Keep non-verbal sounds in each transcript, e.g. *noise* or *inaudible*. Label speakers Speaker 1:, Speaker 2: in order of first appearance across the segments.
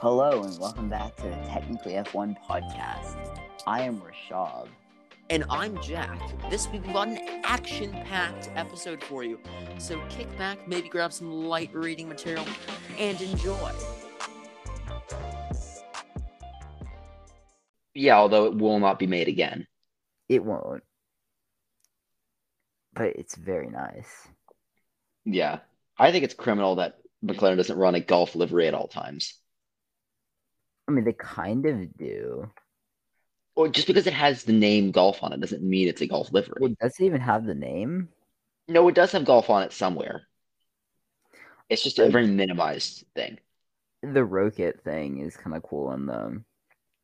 Speaker 1: Hello and welcome back to the Technically F1 podcast. I am Rashab.
Speaker 2: And I'm Jack. This week we've got an action packed episode for you. So kick back, maybe grab some light reading material, and enjoy.
Speaker 3: Yeah, although it will not be made again.
Speaker 1: It won't, but it's very nice.
Speaker 3: Yeah. I think it's criminal that McLaren doesn't run a golf livery at all times.
Speaker 1: I mean, they kind of do.
Speaker 3: Or just because it has the name golf on it doesn't mean it's a golf livery.
Speaker 1: Well, does it even have the name?
Speaker 3: no, it does have golf on it somewhere. It's just a
Speaker 1: Right.
Speaker 3: very minimized thing.
Speaker 1: The rocket thing is kind of cool on the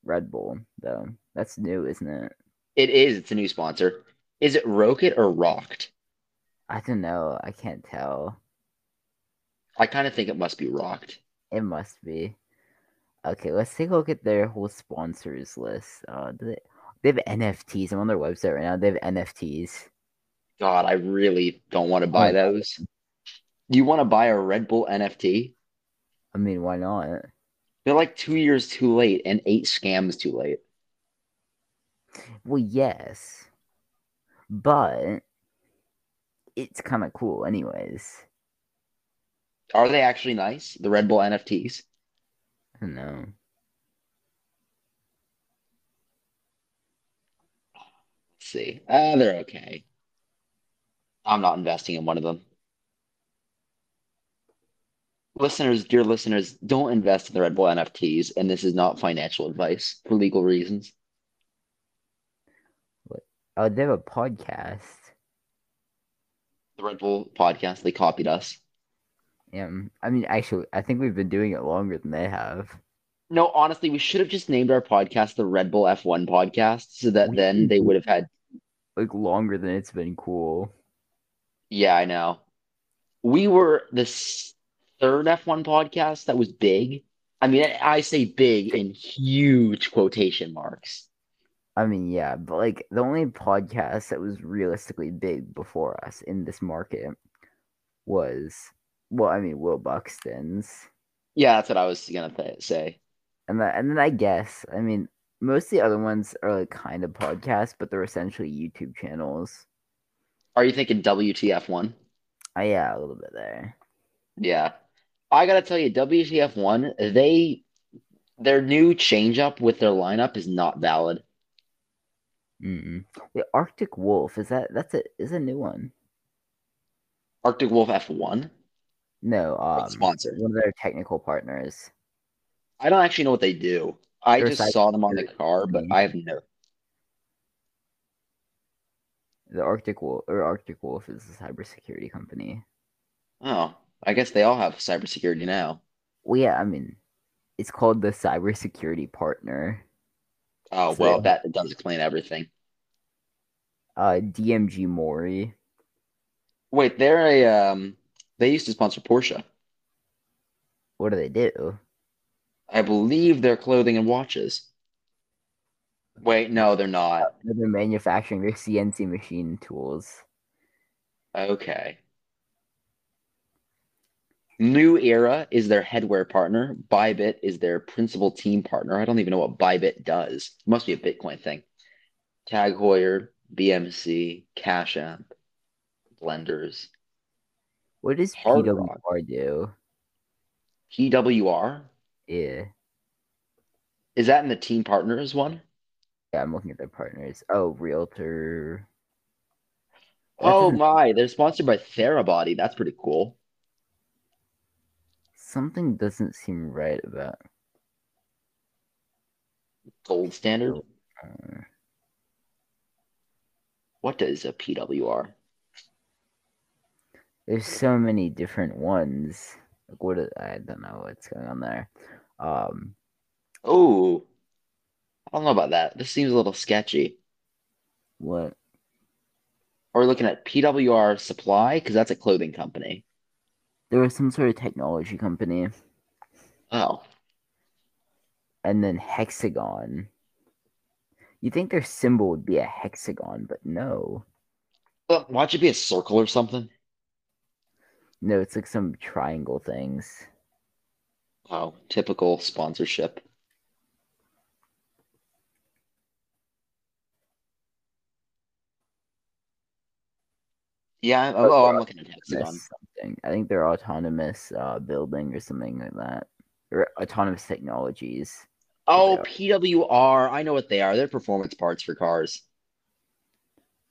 Speaker 1: Red Bull, though. That's new, isn't it?
Speaker 3: It is, it's a new sponsor. Is it Rocket or Rocked?
Speaker 1: I don't know. I can't tell.
Speaker 3: I kind of think it must be Rocked.
Speaker 1: It must be. Okay, let's take a look at their whole sponsors list. Uh, do they, they have NFTs. I'm on their website right now. They have NFTs.
Speaker 3: God, I really don't want to buy
Speaker 1: Oh.
Speaker 3: those. You want to buy a Red Bull NFT?
Speaker 1: I mean, why not?
Speaker 3: They're like two years too late and eight scams too late.
Speaker 1: Well, yes, but it's kind of cool, anyways.
Speaker 3: Are they actually nice? The Red Bull NFTs?
Speaker 1: I don't know.
Speaker 3: Let's see. Uh, they're okay. I'm not investing in one of them. Listeners, dear listeners, don't invest in the Red Bull NFTs, and this is not financial advice for legal reasons.
Speaker 1: Oh, they have a podcast.
Speaker 3: The Red Bull podcast, they copied us.
Speaker 1: Yeah, mm, I mean, actually, I think we've been doing it longer than they have.
Speaker 3: No, honestly, we should have just named our podcast the Red Bull F1 podcast so that then they would have had,
Speaker 1: Like longer than it's been cool.
Speaker 3: yeah, I know. We were the s- third F1 podcast that was big. I mean, I say big in huge quotation marks.
Speaker 1: I mean, yeah, but like the only podcast that was realistically big before us in this market was, well, I mean, Will Buxton's.
Speaker 3: Yeah, that's what I was gonna th- say.
Speaker 1: And that, and then I guess, I mean, most of the other ones are like kind of podcasts, but they're essentially YouTube channels.
Speaker 3: Are you thinking WTF one?
Speaker 1: Uh, yeah, a little bit there.
Speaker 3: Yeah, I gotta tell you, WTF one, they their new change up with their lineup is not valid.
Speaker 1: Mm-mm. The Arctic Wolf is that? That's a is a new one.
Speaker 3: Arctic Wolf F one
Speaker 1: No, um,
Speaker 3: sponsor.
Speaker 1: one of their technical partners.
Speaker 3: I don't actually know what they do. I
Speaker 1: They're a
Speaker 3: just
Speaker 1: cyber-
Speaker 3: saw them on the car, but I have no.
Speaker 1: The Arctic Wolf or Arctic Wolf is a cybersecurity company.
Speaker 3: Oh, I guess they all have cybersecurity now.
Speaker 1: Well, yeah, I mean, it's called the cybersecurity partner.
Speaker 3: Oh
Speaker 1: So-
Speaker 3: well, that does explain everything.
Speaker 1: Uh, DMG Mori.
Speaker 3: Wait, they're a um, they used to sponsor Porsche.
Speaker 1: What do they do?
Speaker 3: I believe they're clothing and watches. Wait, no, they're not.
Speaker 1: They're manufacturing their CNC machine tools.
Speaker 3: Okay. New Era is their headwear partner. Bybit is their principal team partner. I don't even know what Bybit does. It must be a Bitcoin thing. Tag Heuer, BMC, Cash App, Blenders,
Speaker 1: What does
Speaker 3: Hard
Speaker 1: PWR
Speaker 3: Rock.
Speaker 1: do?
Speaker 3: PWR.
Speaker 1: Yeah,
Speaker 3: Is that in the team partners one?
Speaker 1: yeah, I'm looking at their partners. Oh, Realtor. That
Speaker 3: Oh
Speaker 1: doesn't-
Speaker 3: my, they're sponsored by Therabody. That's pretty cool.
Speaker 1: Something doesn't seem right about.
Speaker 3: Gold standard.
Speaker 1: Uh,
Speaker 3: What does a PWR?
Speaker 1: there's so many different ones. Like what? Are, I don't know what's going on there. Um,
Speaker 3: Oh, I don't know about that. This seems a little sketchy.
Speaker 1: what?
Speaker 3: Are we looking at PWR Supply? Because that's a clothing company.
Speaker 1: There was some sort of technology company,
Speaker 3: Oh,
Speaker 1: and then Hexagon. You think their symbol would be a hexagon, but no,
Speaker 3: well, Uh, why'd you be a circle or something?
Speaker 1: no, it's like some triangle things.
Speaker 3: Wow, Oh, typical sponsorship. Yeah, oh, oh, I'm looking at Hexagon.
Speaker 1: Miss something. I think they're autonomous uh, building or something like that. Or autonomous technologies.
Speaker 3: Oh, PWR. I know what they are. They're performance parts for cars.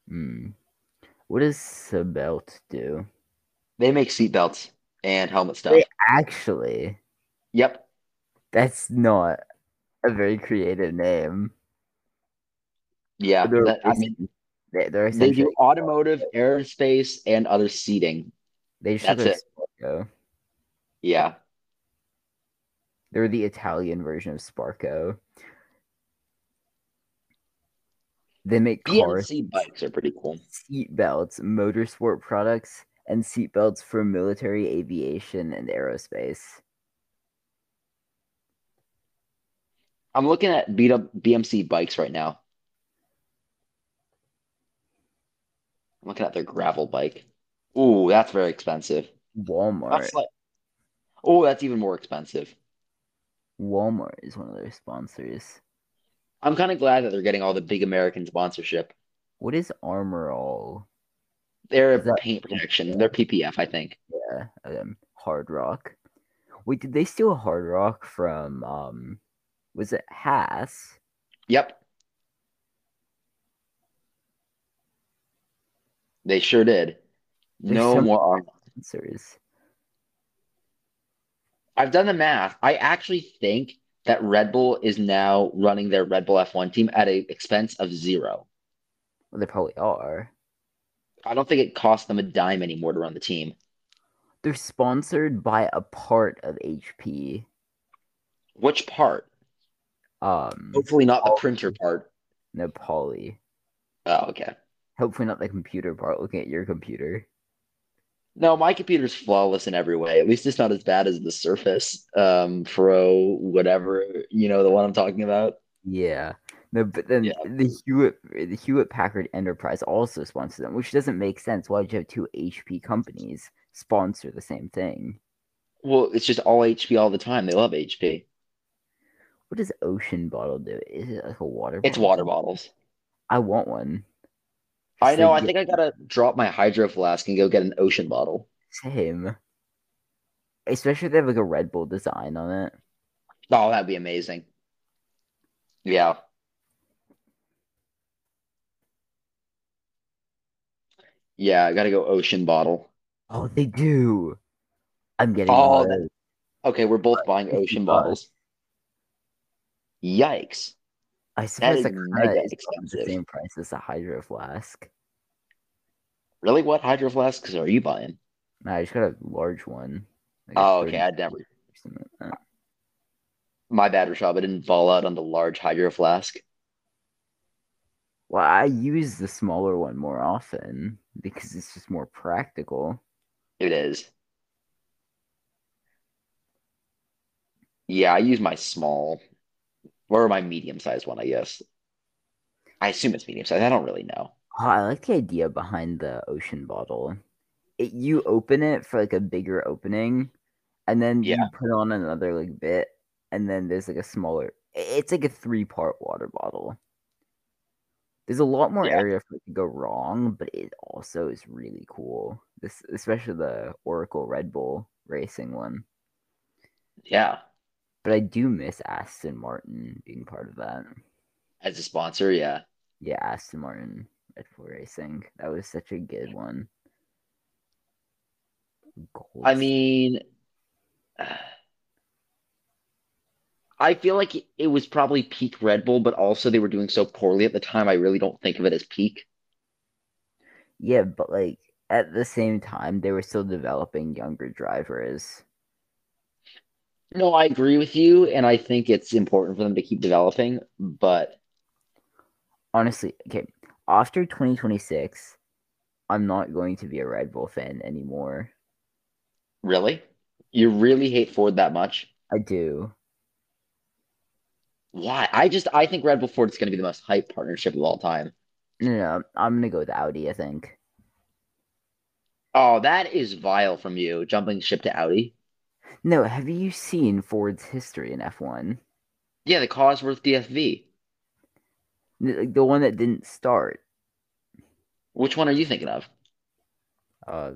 Speaker 1: Hmm. What does Sebelt do?
Speaker 3: They make seatbelts and helmet stuff.
Speaker 1: They- Actually,
Speaker 3: Yep.
Speaker 1: that's not a very creative name.
Speaker 3: Yeah.
Speaker 1: They're
Speaker 3: that- I mean,
Speaker 1: They, they're
Speaker 3: they do
Speaker 1: essentially-
Speaker 3: automotive, aerospace, and other seating.
Speaker 1: They just have
Speaker 3: that's
Speaker 1: a
Speaker 3: it.
Speaker 1: Sparco.
Speaker 3: Yeah.
Speaker 1: They're the Italian version of Sparco. They make cars,
Speaker 3: BMC bikes are pretty cool.
Speaker 1: seat belts, motorsport products, and seat belts for military aviation and aerospace.
Speaker 3: I'm looking at beat up BMC bikes right now. I'm looking at their gravel bike. Ooh, that's very expensive.
Speaker 1: Walmart.
Speaker 3: That's like, oh, that's even more expensive.
Speaker 1: Walmart is one of their sponsors.
Speaker 3: I'm kind of glad that they're getting all the big American sponsorship.
Speaker 1: What is Armor All?
Speaker 3: They're
Speaker 1: Is that-
Speaker 3: paint protection. They're PPF, I think.
Speaker 1: Yeah, um, Hard Rock. Wait, did they steal Hard Rock from um was it Haas?
Speaker 3: Yep. They sure did.
Speaker 1: There's
Speaker 3: No
Speaker 1: some-
Speaker 3: more arm.
Speaker 1: Answers.
Speaker 3: I've done the math. I actually think that Red Bull is now running their Red Bull F1 team at an expense of zero.
Speaker 1: Well, they probably are.
Speaker 3: I don't think it costs them a dime anymore to run the team.
Speaker 1: They're sponsored by a part of HP.
Speaker 3: Which part?
Speaker 1: Um
Speaker 3: Hopefully not the printer part.
Speaker 1: Nepali.
Speaker 3: Oh, okay.
Speaker 1: Hopefully not the computer part looking at your computer.
Speaker 3: No, my computer's flawless in every way. At least it's not as bad as the Surface um, Pro, whatever, you know, the one I'm talking about.
Speaker 1: Yeah. No, but then
Speaker 3: Yeah.
Speaker 1: the Hewlett the Hewlett Packard Enterprise also sponsors them, which doesn't make sense. Why would you have two HP companies sponsor the same thing?
Speaker 3: Well, it's just all HP all the time. They love HP.
Speaker 1: What does Ocean Bottle do? Is it like a water bottle?
Speaker 3: It's water bottles.
Speaker 1: I want one.
Speaker 3: I
Speaker 1: Just
Speaker 3: know. I
Speaker 1: like,
Speaker 3: think I gotta drop my hydro flask and go get an ocean bottle.
Speaker 1: yeah, same. Especially if they have like a Red Bull design on it.
Speaker 3: Oh, that'd be amazing. Yeah. Yeah, I gotta go ocean bottle.
Speaker 1: Oh, they do. I'm getting
Speaker 3: Oh,
Speaker 1: one of
Speaker 3: that-
Speaker 1: those.
Speaker 3: Okay, we're both buying ocean bottles. Yikes.
Speaker 1: I suppose
Speaker 3: is
Speaker 1: like that
Speaker 3: mega
Speaker 1: is about the
Speaker 3: expensive.
Speaker 1: same price as a Hydro Flask.
Speaker 3: Really? What hydro flasks are you buying?
Speaker 1: Nah, I just got a large one. like a
Speaker 3: Oh,
Speaker 1: 30
Speaker 3: okay. I'd never.
Speaker 1: or something like that.
Speaker 3: My bad, Rashab. I didn't fall out on the large hydro flask.
Speaker 1: Well, I use the smaller one more often because it's just more practical.
Speaker 3: It is. Yeah, I use my small or my medium sized one, I guess. I assume it's medium sized. I don't really know.
Speaker 1: Oh, I like the idea behind the ocean bottle. It, you open it for like a bigger opening, and then you
Speaker 3: Yeah.
Speaker 1: put on another like bit, and then there's like a smaller. i- It's like a three part water bottle. There's a lot more
Speaker 3: Yeah.
Speaker 1: area for it to go wrong, but it also is really cool. This especially the Oracle Red Bull racing one.
Speaker 3: Yeah.
Speaker 1: But I do miss Aston Martin being part of that.
Speaker 3: As a sponsor, yeah.
Speaker 1: Yeah, Aston Martin Red Bull Racing. That was such a good one. Gold
Speaker 3: I
Speaker 1: s-
Speaker 3: mean, *sighs* I feel like it was probably peak Red Bull, but also they were doing so poorly at the time. I really don't think of it as peak.
Speaker 1: yeah, but like at the same time, they were still developing younger drivers.
Speaker 3: No, I agree with you, and I think it's important for them to keep developing, but
Speaker 1: Honestly, okay, after 2026, I'm not going to be a Red Bull fan anymore.
Speaker 3: really? You really hate Ford that much?
Speaker 1: I do.
Speaker 3: Why? I just I think Red Bull Ford is going to be the most hype partnership of all time.
Speaker 1: No, no, no, I'm gonna go with Audi. I think.
Speaker 3: Oh, that is vile from you, jumping ship to Audi.
Speaker 1: No, have you seen Ford's history in F1?
Speaker 3: Yeah, the Cosworth DFV.
Speaker 1: The- Like the one that didn't start.
Speaker 3: Which one are you thinking of?
Speaker 1: Uh,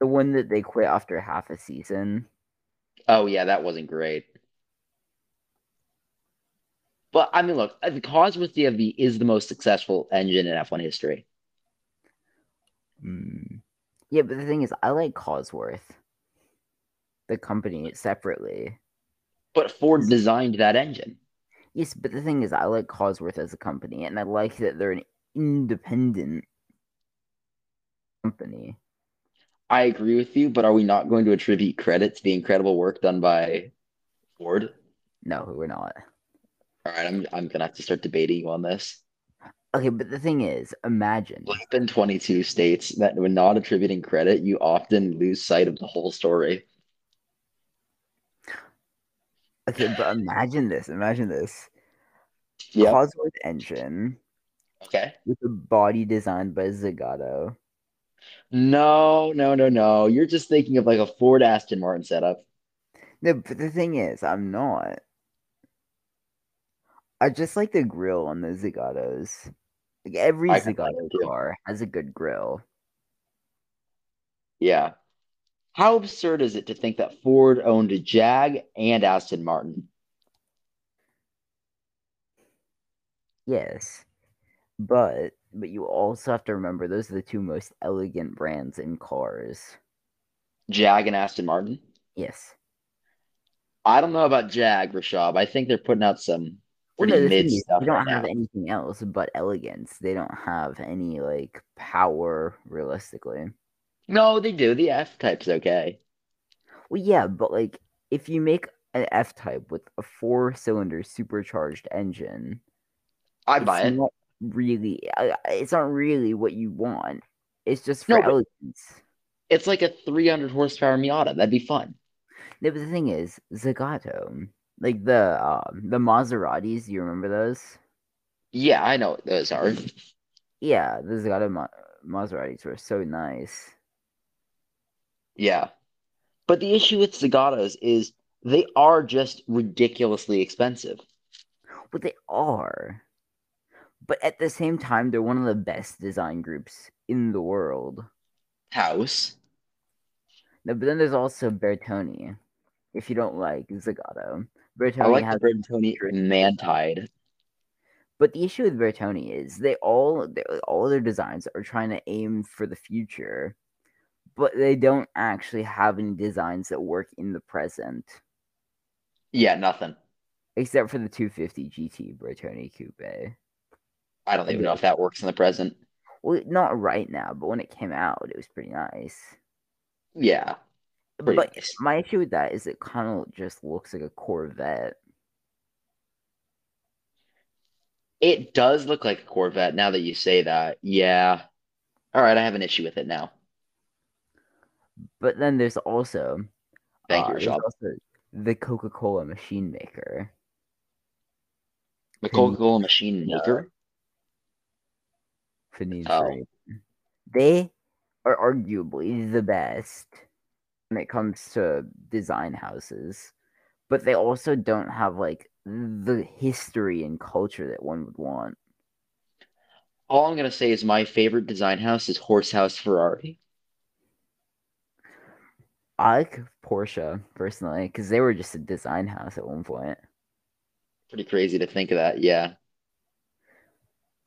Speaker 1: the one that they quit after half a season.
Speaker 3: Oh yeah, that wasn't great. But I mean, look, uh, the Cosworth DFV is the most successful engine in F1 history.
Speaker 1: Mm. Yeah, but the thing is, I like Cosworth, the company separately.
Speaker 3: But Ford designed that engine.
Speaker 1: Yes, but the thing is, I like Cosworth as a company, and I like that they're an independent company.
Speaker 3: I agree with you, but are we not going to attribute credit to the incredible work done by Ford?
Speaker 1: No, we're not.
Speaker 3: All right, I'm I'm gonna have to start debating you on this.
Speaker 1: Okay, but the thing is, imagine.
Speaker 3: Flip in 22 states that when not attributing credit, you often lose sight of the whole story.
Speaker 1: Okay, but imagine this. Imagine this.
Speaker 3: Yeah.
Speaker 1: Cosworth engine
Speaker 3: Okay.
Speaker 1: with a body designed by Zagato.
Speaker 3: No, no, no, no. You're just thinking of like a Ford Aston Martin setup.
Speaker 1: No, but the thing is, I'm not. I just like the grill on the Zagatos. Like every
Speaker 3: I can like
Speaker 1: Zagato
Speaker 3: it too.
Speaker 1: car has a good grill.
Speaker 3: Yeah. How absurd is it to think that Ford owned a Jag and Aston Martin?
Speaker 1: Yes. But but you also have to remember those are the two most elegant brands in cars.
Speaker 3: Jag and Aston Martin?
Speaker 1: Yes.
Speaker 3: I don't know about Jag, Rashab. I think they're putting out some
Speaker 1: Well,
Speaker 3: pretty
Speaker 1: no, the thing
Speaker 3: mid
Speaker 1: is,
Speaker 3: stuff
Speaker 1: they don't
Speaker 3: right
Speaker 1: have
Speaker 3: now.
Speaker 1: anything else but elegance. They don't have any like power realistically.
Speaker 3: No, they do. The F type's okay.
Speaker 1: Well, yeah, but like if you make an F type with a four cylinder supercharged engine,
Speaker 3: I
Speaker 1: it's
Speaker 3: buy it.
Speaker 1: not really I- I- it's not really what you want. It's just for
Speaker 3: No, but-
Speaker 1: elegance.
Speaker 3: It's like a 300 horsepower Miata. That'd be fun.
Speaker 1: No, but the thing is, Zagato, like the um, the Maseratis, you remember those?
Speaker 3: Yeah, I know what those are.
Speaker 1: Yeah, the Zagato Ma- Maseratis were so nice.
Speaker 3: Yeah. But the issue with Zagatos is they are just ridiculously expensive.
Speaker 1: But they are. But at the same time, they're one of the best design groups in the world.
Speaker 3: House.
Speaker 1: No, but then there's also Bertoni. If you don't like Zagato, Bertoni
Speaker 3: I like
Speaker 1: has.
Speaker 3: the Brentoni Mantide.
Speaker 1: But the issue with Bertoni is they all they, all their designs are trying to aim for the future, but they don't actually have any designs that work in the present,
Speaker 3: Yeah, nothing.
Speaker 1: except for the 250 GT Bertoni Coupe.
Speaker 3: I don't even know if that works in the present.
Speaker 1: Well, not right now, but when it came out, it was pretty nice.
Speaker 3: Yeah, pretty
Speaker 1: but
Speaker 3: nice.
Speaker 1: my issue with that is it kind of just looks like a Corvette.
Speaker 3: It does look like a Corvette now that you say that. Yeah. All right, I have an issue with it now.
Speaker 1: But then there's also
Speaker 3: Thank
Speaker 1: uh,
Speaker 3: you,
Speaker 1: there's
Speaker 3: Rashad.
Speaker 1: also the Coca-Cola machine maker.
Speaker 3: The
Speaker 1: Can you-
Speaker 3: Coca-Cola machine
Speaker 1: Yeah.
Speaker 3: maker.
Speaker 1: Panini
Speaker 3: Oh.
Speaker 1: Free. They are arguably the best when it comes to design houses, but they also don't have like the history and culture that one would want.
Speaker 3: All I'm gonna say is my favorite design house is Horse House Ferrari.
Speaker 1: I like Porsche personally because they were just a design house at one point.
Speaker 3: Pretty crazy to think of that. Yeah.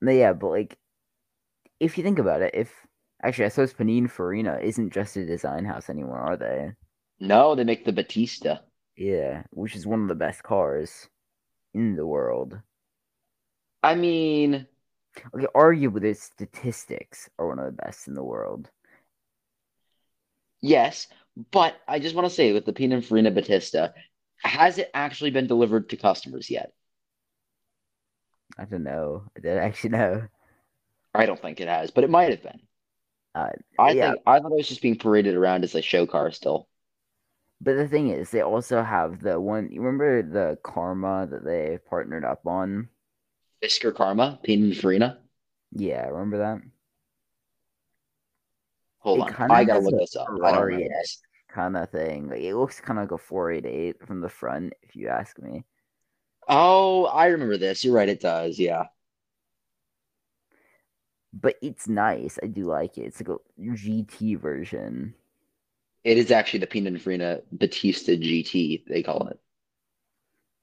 Speaker 1: No, yeah, but like, if you think about it, if actually I suppose Panini Farina isn't just a design house anymore, are they?
Speaker 3: No, they make the Batista.
Speaker 1: Yeah, which is one of the best cars in the world.
Speaker 3: I mean,
Speaker 1: Okay, arguably their statistics are one of the best in the world.
Speaker 3: yes, but I just want to say with the Pininfarina Batista, has it actually been delivered to customers yet?
Speaker 1: I don't know. I don't *laughs* actually know.
Speaker 3: I don't think it has, but it might have been.
Speaker 1: Uh,
Speaker 3: I
Speaker 1: yeah.
Speaker 3: think I thought it was just being paraded around as a show car still.
Speaker 1: But the thing is, they also have the one. You remember the Karma that they partnered up on?
Speaker 3: Fisker Karma, Pininfarina.
Speaker 1: Yeah, remember that?
Speaker 3: Hold
Speaker 1: It
Speaker 3: on,
Speaker 1: kinda
Speaker 3: I gotta
Speaker 1: has
Speaker 3: look
Speaker 1: a
Speaker 3: this up. I don't
Speaker 1: Ferrari
Speaker 3: remember
Speaker 1: esque
Speaker 3: this.
Speaker 1: kind of thing. Like, it looks kind of like a 488 from the front, if you ask me.
Speaker 3: Oh, I remember this. You're right. It does. Yeah.
Speaker 1: But it's nice. I do like it. It's like a GT version.
Speaker 3: It is actually the Pininfarina Batista GT, they call it.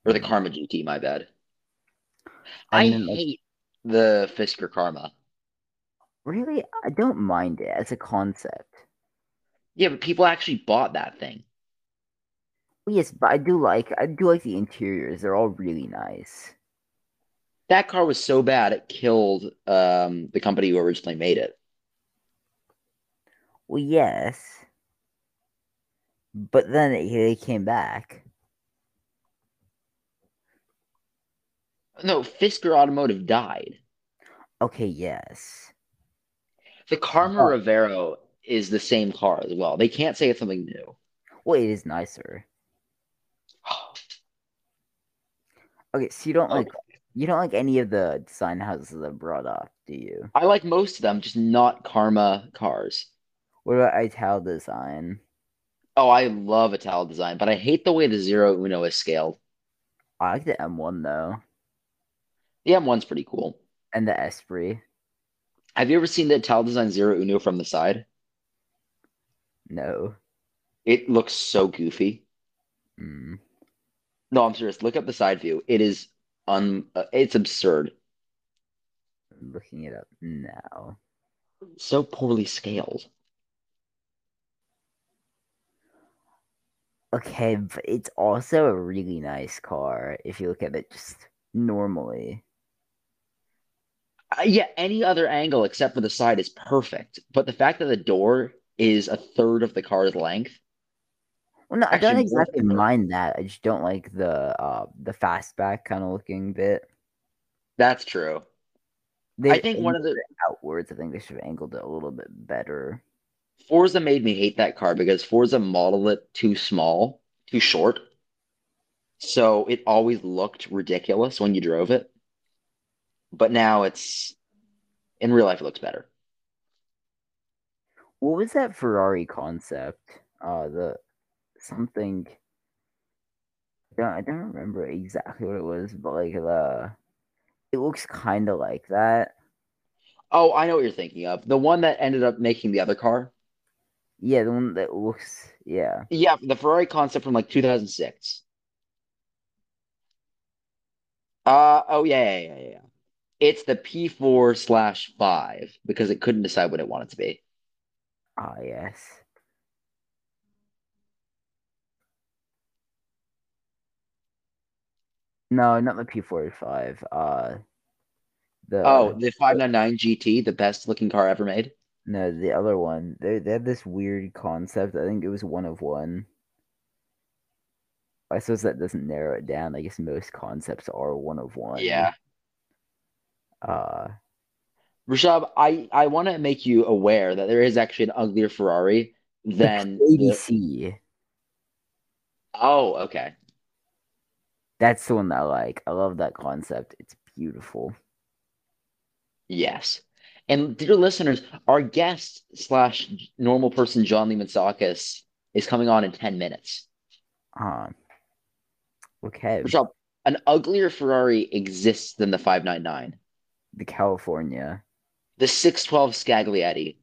Speaker 3: Or the Karma GT, my bad. I
Speaker 1: And then, like-
Speaker 3: hate the Fisker Karma.
Speaker 1: Really, I don't mind it as a concept.
Speaker 3: Yeah, but people actually bought that thing.
Speaker 1: Well, Yes, but I do like I do like the interiors. They're all really nice.
Speaker 3: That car was so bad it killed um, the company who originally made it.
Speaker 1: Well, yes, but then it, they came back.
Speaker 3: No, Fisker Automotive died.
Speaker 1: Okay, yes,
Speaker 3: The Karma
Speaker 1: Oh.
Speaker 3: Rivero is the same car as well. They can't say it's something new.
Speaker 1: well, it is nicer. Okay, so you don't like you don't like any of the design houses I brought up, do you?
Speaker 3: I like most of them, just not Karma cars.
Speaker 1: What about Ital design?
Speaker 3: Oh, I love Ital design, but I hate the way the Zero Uno is scaled.
Speaker 1: I like the M1 though,
Speaker 3: The M1's pretty cool.
Speaker 1: and the Esprit.
Speaker 3: Have you ever seen the Ital design Zero Uno from the side?
Speaker 1: No,
Speaker 3: It looks so goofy.
Speaker 1: mm.
Speaker 3: No, I'm serious. Look up the side view. It is un. uh, It's absurd.
Speaker 1: I'm looking it up now.
Speaker 3: So poorly scaled.
Speaker 1: Okay, but it's also a really nice car if you look at it just normally.
Speaker 3: Uh, yeah, any other angle except for the side is perfect. But the fact that the door is a third of the car's length,
Speaker 1: Well, no, I don't
Speaker 3: Actually, more
Speaker 1: exactly
Speaker 3: than that.
Speaker 1: mind that. I just don't like the uh the fastback kind of looking bit.
Speaker 3: that's true.
Speaker 1: They
Speaker 3: I think one of the
Speaker 1: outwards. I think they should have angled it a little bit better.
Speaker 3: Forza made me hate that car because Forza modeled it too small, too short. So it always looked ridiculous when you drove it. But now it's in real life, it looks better.
Speaker 1: What was that Ferrari concept? Uh, the something. I don't, I don't remember exactly what it was, but like the, it looks kind of like that.
Speaker 3: Oh, I know what you're thinking of. The one that ended up making the other car.
Speaker 1: Yeah, the one that looks. Yeah,
Speaker 3: Yeah, the Ferrari concept from like 2006. Uh oh yeah yeah yeah yeah. yeah. It's the P4 slash five because it couldn't decide what it wanted to be.
Speaker 1: ah, yes. No, not the P forty five. Uh, the
Speaker 3: Oh, the 599 GT, the best looking car ever made.
Speaker 1: no, the other one. They they had this weird concept. I think it was one of one. I suppose that doesn't narrow it down. I guess most concepts are one of one.
Speaker 3: Yeah.
Speaker 1: Uh,
Speaker 3: Rashab, I I want to make you aware that there is actually an uglier Ferrari
Speaker 1: *laughs*
Speaker 3: than the-
Speaker 1: ADC.
Speaker 3: Oh, okay.
Speaker 1: That's the one that I like. I love that concept. It's beautiful.
Speaker 3: Yes. And dear listeners, our guest slash normal person John Lee Matsakis is coming on in 10 minutes.
Speaker 1: Uh, okay.
Speaker 3: Rashab, an uglier Ferrari exists than the 599.
Speaker 1: The California.
Speaker 3: The 612 Scaglietti.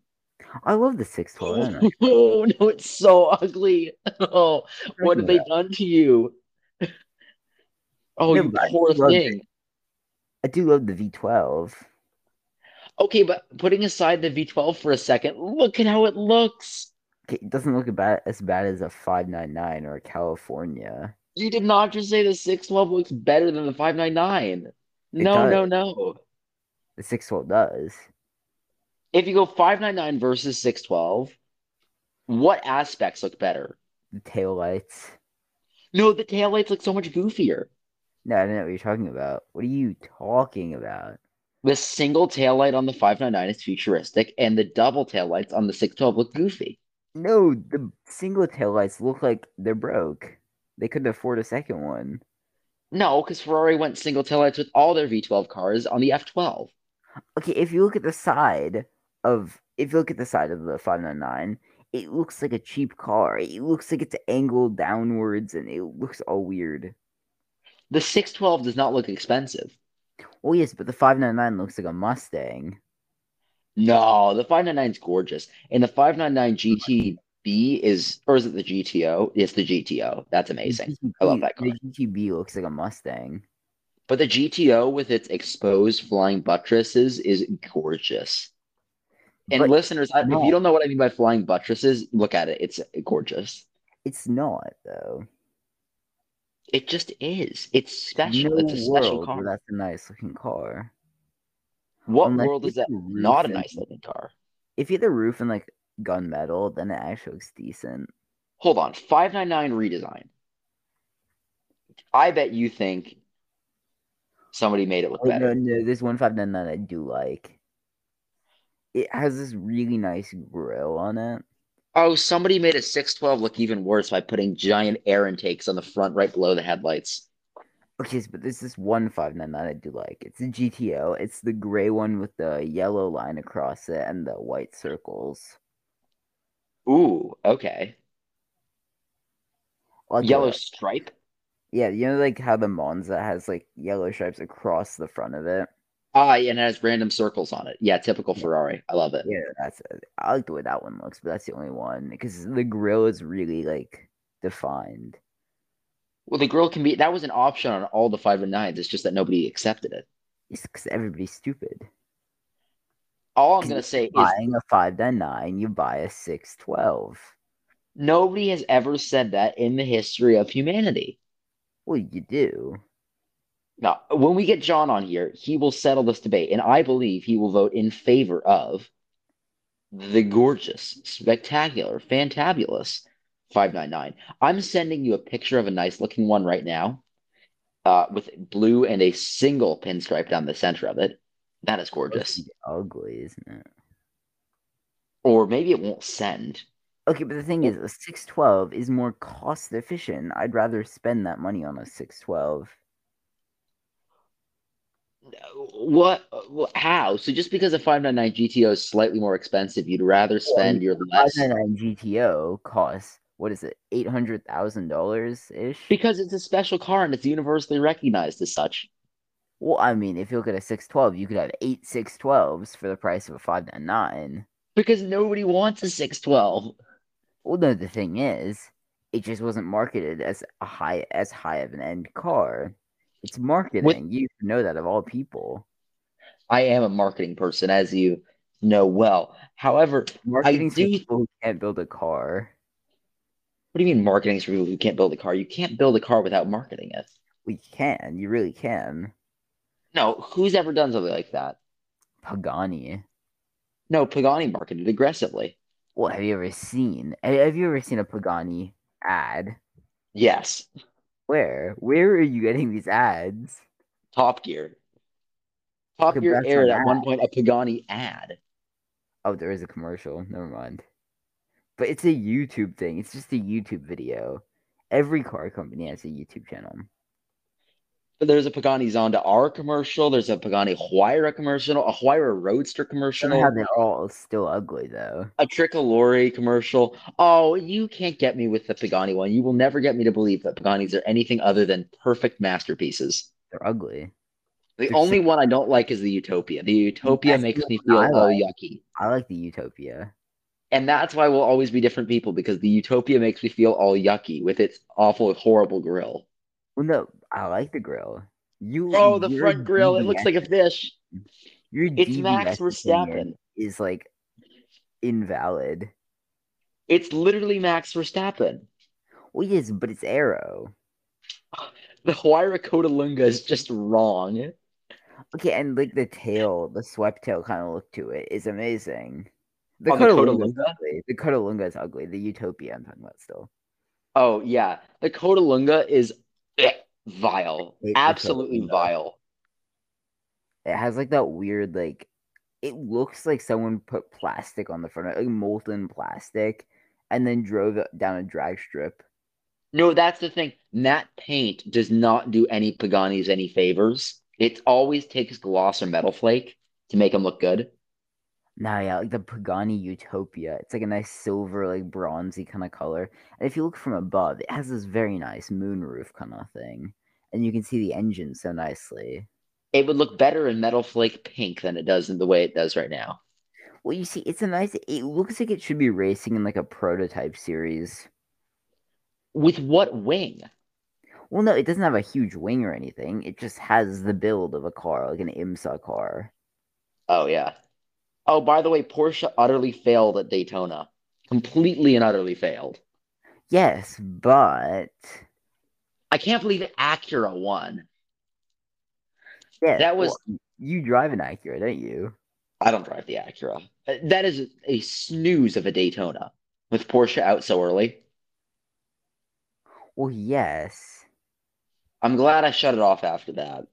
Speaker 1: I love the six twelve.
Speaker 3: *laughs* Oh, no, it's so ugly. *laughs* Oh, what have they done to you? Oh,
Speaker 1: No,
Speaker 3: you
Speaker 1: but I
Speaker 3: poor
Speaker 1: love it.
Speaker 3: thing.
Speaker 1: I do love the V twelve.
Speaker 3: Okay, but putting aside the V12 for a second, look at how it looks.
Speaker 1: It doesn't look about as bad as a five nine nine or a California.
Speaker 3: You did not just say the 612 looks better than the 599. No,
Speaker 1: does.
Speaker 3: no, no.
Speaker 1: The six twelve does.
Speaker 3: If you go 599 versus 612, what aspects look better?
Speaker 1: The tail lights.
Speaker 3: No, the taillights look so much goofier.
Speaker 1: No, I don't know what you're talking about. What are you talking about?
Speaker 3: The single taillight on the 599 is futuristic, and the double taillights on the 612 look goofy.
Speaker 1: No, the single tail lights look like they're broke. They couldn't afford a second one.
Speaker 3: No, because Ferrari went single taillights with all their V12 cars on the F12.
Speaker 1: Okay, if you look at the side of if you look at the side of the 599, It looks like a cheap car. It looks like it's angled downwards and it looks all weird.
Speaker 3: The 612 does not look expensive.
Speaker 1: Oh yes, but the 599 looks like a Mustang.
Speaker 3: No, the 599 is gorgeous. And the 599 GTB is, or is it the GTO? It's the GTO. That's amazing. I love that car.
Speaker 1: The GTB looks like a Mustang. Mm-hmm.
Speaker 3: But the GTO with its exposed flying buttresses is gorgeous. And
Speaker 1: But
Speaker 3: listeners, I, if
Speaker 1: no.
Speaker 3: you don't know what I mean by flying buttresses, look at it. It's gorgeous.
Speaker 1: It's not though.
Speaker 3: It just is. It's special.
Speaker 1: No
Speaker 3: it's a special
Speaker 1: world
Speaker 3: car.
Speaker 1: where that's a nice looking car.
Speaker 3: What
Speaker 1: Unless
Speaker 3: world is
Speaker 1: it's
Speaker 3: that
Speaker 1: a roof
Speaker 3: not a
Speaker 1: and-
Speaker 3: nice looking car?
Speaker 1: If you had the roof and like gunmetal, then it actually looks decent.
Speaker 3: Hold on. 599 redesign. I bet you think somebody made it look
Speaker 1: Oh, no,
Speaker 3: better.
Speaker 1: no, this one five nine nine I do like. It has this really nice grill on it.
Speaker 3: Oh, somebody made a 612 look even worse by putting giant air intakes on the front right below the headlights.
Speaker 1: Okay, s- but there's this one five nine nine I do like. It's a GTO. It's the gray one with the yellow line across it and the white circles.
Speaker 3: Ooh, okay.
Speaker 1: I like the-
Speaker 3: Yellow stripe.
Speaker 1: Yeah, you know like how the Monza has like yellow stripes across the front of it.
Speaker 3: Ah, and it has random circles on it. Yeah, typical Ferrari. I love it.
Speaker 1: Yeah, that's uh, I like the way that one looks, but that's the only one because the grill is really like defined.
Speaker 3: Well, the grill can be that was an option on all the five and nines. It's just that nobody accepted it.
Speaker 1: It's because everybody's stupid.
Speaker 3: All I'm
Speaker 1: Can
Speaker 3: gonna
Speaker 1: you
Speaker 3: say is
Speaker 1: Buying a five nine nine, you buy a six twelve.
Speaker 3: nobody has ever said that in the history of humanity.
Speaker 1: Well, you do.
Speaker 3: Now, when we get John on here, he will settle this debate, and I believe he will vote in favor of the gorgeous, spectacular, fantabulous 599. I'm sending you a picture of a nice looking one right now uh, with blue and a single pinstripe down the center of it. That is gorgeous.
Speaker 1: It's ugly, isn't it?
Speaker 3: Or maybe it won't send.
Speaker 1: Okay, but the thing is, a six twelve is more cost efficient. I'd rather spend that money on a six twelve.
Speaker 3: What? wh- How? So just because a 599 GTO is slightly more expensive, you'd rather spend your
Speaker 1: Five
Speaker 3: less.
Speaker 1: nine nine GTO costs what is it, eight hundred thousand dollars ish?
Speaker 3: Because it's a special car and it's universally recognized as such.
Speaker 1: Well, I mean, if you look at a 612, you could have eight 612s for the price of a 599.
Speaker 3: Because nobody wants a 612.
Speaker 1: Well, no, the thing is, it just wasn't marketed as a high as high of an end car. It's marketing. You should know that of all people.
Speaker 3: I am a marketing person, as you know well. However,
Speaker 1: Marketing for
Speaker 3: do-
Speaker 1: people who can't build a car.
Speaker 3: what do you mean marketing is for people who can't build a car? You can't build a car without marketing it.
Speaker 1: We can. You really can.
Speaker 3: No, who's ever done something like that?
Speaker 1: Pagani.
Speaker 3: No, Pagani marketed aggressively.
Speaker 1: Well, have you ever seen? ha- Have you ever seen a Pagani ad?
Speaker 3: Yes,
Speaker 1: Where? Where are you getting these ads?
Speaker 3: Top Gear. Top
Speaker 1: Okay,
Speaker 3: Gear
Speaker 1: but that's
Speaker 3: aired
Speaker 1: an
Speaker 3: at one point a Pagani ad.
Speaker 1: Oh, there is a commercial. Never mind. But it's a YouTube thing. It's just a YouTube video. Every car company has a YouTube channel.
Speaker 3: But there's a Pagani Zonda R commercial. There's a Pagani Huayra commercial, a Huayra Roadster commercial,
Speaker 1: Somehow they're all still ugly though.
Speaker 3: a Tricolore commercial. Oh, you can't get me with the Pagani one. You will never get me to believe that Paganis are anything other than perfect masterpieces.
Speaker 1: They're ugly.
Speaker 3: The
Speaker 1: They're
Speaker 3: only one I don't like is the Utopia. The Utopia
Speaker 1: That's
Speaker 3: makes
Speaker 1: the
Speaker 3: me feel
Speaker 1: one I
Speaker 3: oh yucky.
Speaker 1: I like the Utopia.
Speaker 3: And that's why we'll always be different people because the Utopia makes me feel all yucky with its awful, horrible grill.
Speaker 1: Well, no, I like the grill. You
Speaker 3: Oh, the
Speaker 1: your
Speaker 3: front grill. It looks
Speaker 1: DVS
Speaker 3: like a fish.
Speaker 1: your
Speaker 3: It's Max
Speaker 1: DVS opinion
Speaker 3: Verstappen.
Speaker 1: Is like invalid.
Speaker 3: It's literally Max Verstappen.
Speaker 1: Well, yes, but it's Arrow.
Speaker 3: The Huayra Cotalunga is just wrong.
Speaker 1: Okay, and like the tail, the swept tail kind of look to it is amazing. The
Speaker 3: On the
Speaker 1: Cotalunga's
Speaker 3: Cotalunga?
Speaker 1: ugly. The Cotalunga is ugly. The Utopia I'm talking about still.
Speaker 3: Oh, yeah. The Cotalunga is eh, vile.
Speaker 1: Hate the
Speaker 3: Absolutely
Speaker 1: Cotalunga.
Speaker 3: vile.
Speaker 1: It has like that weird like it looks like someone put plastic on the front of it, like molten plastic, and then drove it down a drag strip.
Speaker 3: No, that's the thing. Matte paint does not do any Pagani's any favors. It always takes gloss or metal flake to make them look good.
Speaker 1: No, yeah, like the Pagani Utopia. It's like a nice silver, like bronzy kind of color. And if you look from above, it has this very nice moonroof kind of thing. And you can see the engine so nicely.
Speaker 3: It would look better in Metal Flake pink than it does in the way it does right now.
Speaker 1: Well, you see, it's a nice. It looks like it should be racing in like a prototype series.
Speaker 3: With what wing?
Speaker 1: Well, no, it doesn't have a huge wing or anything. It just has the build of a car, like an IMSA car.
Speaker 3: Oh yeah. Oh, by the way, Porsche utterly failed at Daytona. Completely and utterly failed.
Speaker 1: Yes, but
Speaker 3: I can't believe Acura won.
Speaker 1: yeah,
Speaker 3: That was
Speaker 1: well, you drive an Acura, don't you?
Speaker 3: I don't drive the Acura. Uh, That is a snooze of a Daytona with Porsche out so early.
Speaker 1: Well, yes.
Speaker 3: I'm glad I shut it off after that.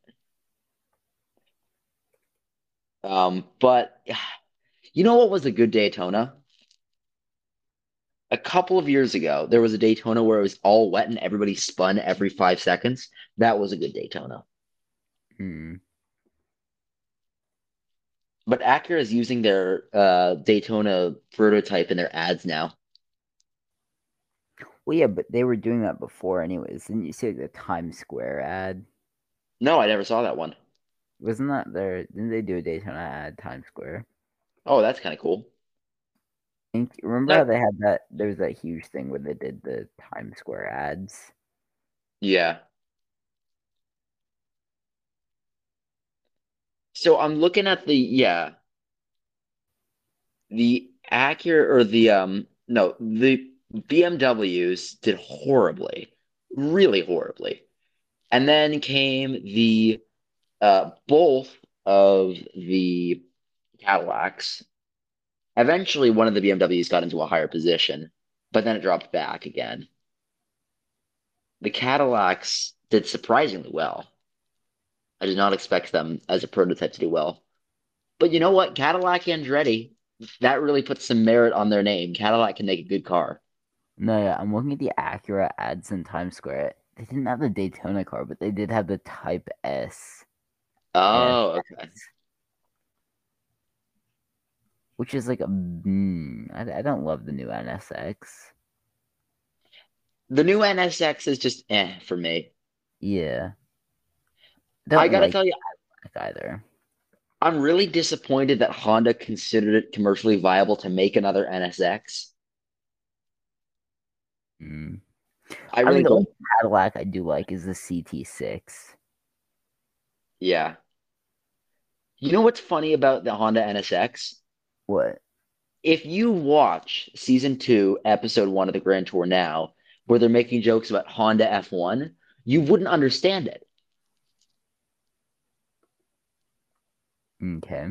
Speaker 3: Um, but *sighs* you know what was a good Daytona? A couple of years ago, there was a Daytona where it was all wet and everybody spun every five seconds. That was a good Daytona.
Speaker 1: Hmm.
Speaker 3: But Acura is using their uh, Daytona prototype in their ads now.
Speaker 1: Well, yeah, but they were doing that before, anyways. Didn't you see like, the Times Square ad?
Speaker 3: No, I never saw that one.
Speaker 1: Wasn't that there? Didn't they do a Daytona ad Times Square?
Speaker 3: Oh, that's kind of cool.
Speaker 1: think remember
Speaker 3: No.
Speaker 1: how they had that there was that huge thing where they did the Times Square ads.
Speaker 3: Yeah. So I'm looking at the yeah. The Acura or the um no, the BMWs did horribly. Really horribly. And then came the uh both of the Cadillacs. Eventually one of the BMWs got into a higher position, but then it dropped back again the Cadillacs did surprisingly well. I did not expect them as a prototype to do well. But you know what? Cadillac Andretti, that really puts some merit on their name. Cadillac can make a good car.
Speaker 1: No, yeah, I'm looking at the Acura ads in Times Square. They didn't have the Daytona car, but they did have the Type S,
Speaker 3: Oh, okay.
Speaker 1: which is like a. Mm, I, I don't love the new NSX.
Speaker 3: The new NSX is just eh for me.
Speaker 1: Yeah,
Speaker 3: I gotta
Speaker 1: like
Speaker 3: tell you,
Speaker 1: it either.
Speaker 3: I'm really disappointed that Honda considered it commercially viable to make another NSX.
Speaker 1: Mm.
Speaker 3: I
Speaker 1: I
Speaker 3: really
Speaker 1: mean, the
Speaker 3: don't.
Speaker 1: only Cadillac I do like is the CT6.
Speaker 3: Yeah. You know what's funny about the Honda NSX?
Speaker 1: What?
Speaker 3: if you watch season two, episode one of the Grand Tour now, where they're making jokes about Honda F1, you wouldn't understand it.
Speaker 1: Okay.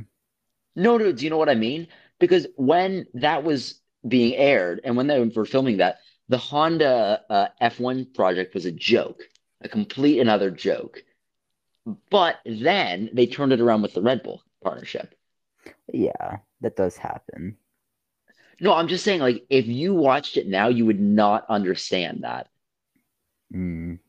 Speaker 3: No, no, do you know what I mean? Because when that was being aired and when they were filming that, the Honda uh, F1 project was a joke, a complete and utter joke. But then they turned it around with the Red Bull partnership.
Speaker 1: Yeah, that does happen.
Speaker 3: No, I'm just saying, like, if you watched it now, you would not understand that.
Speaker 1: Mm.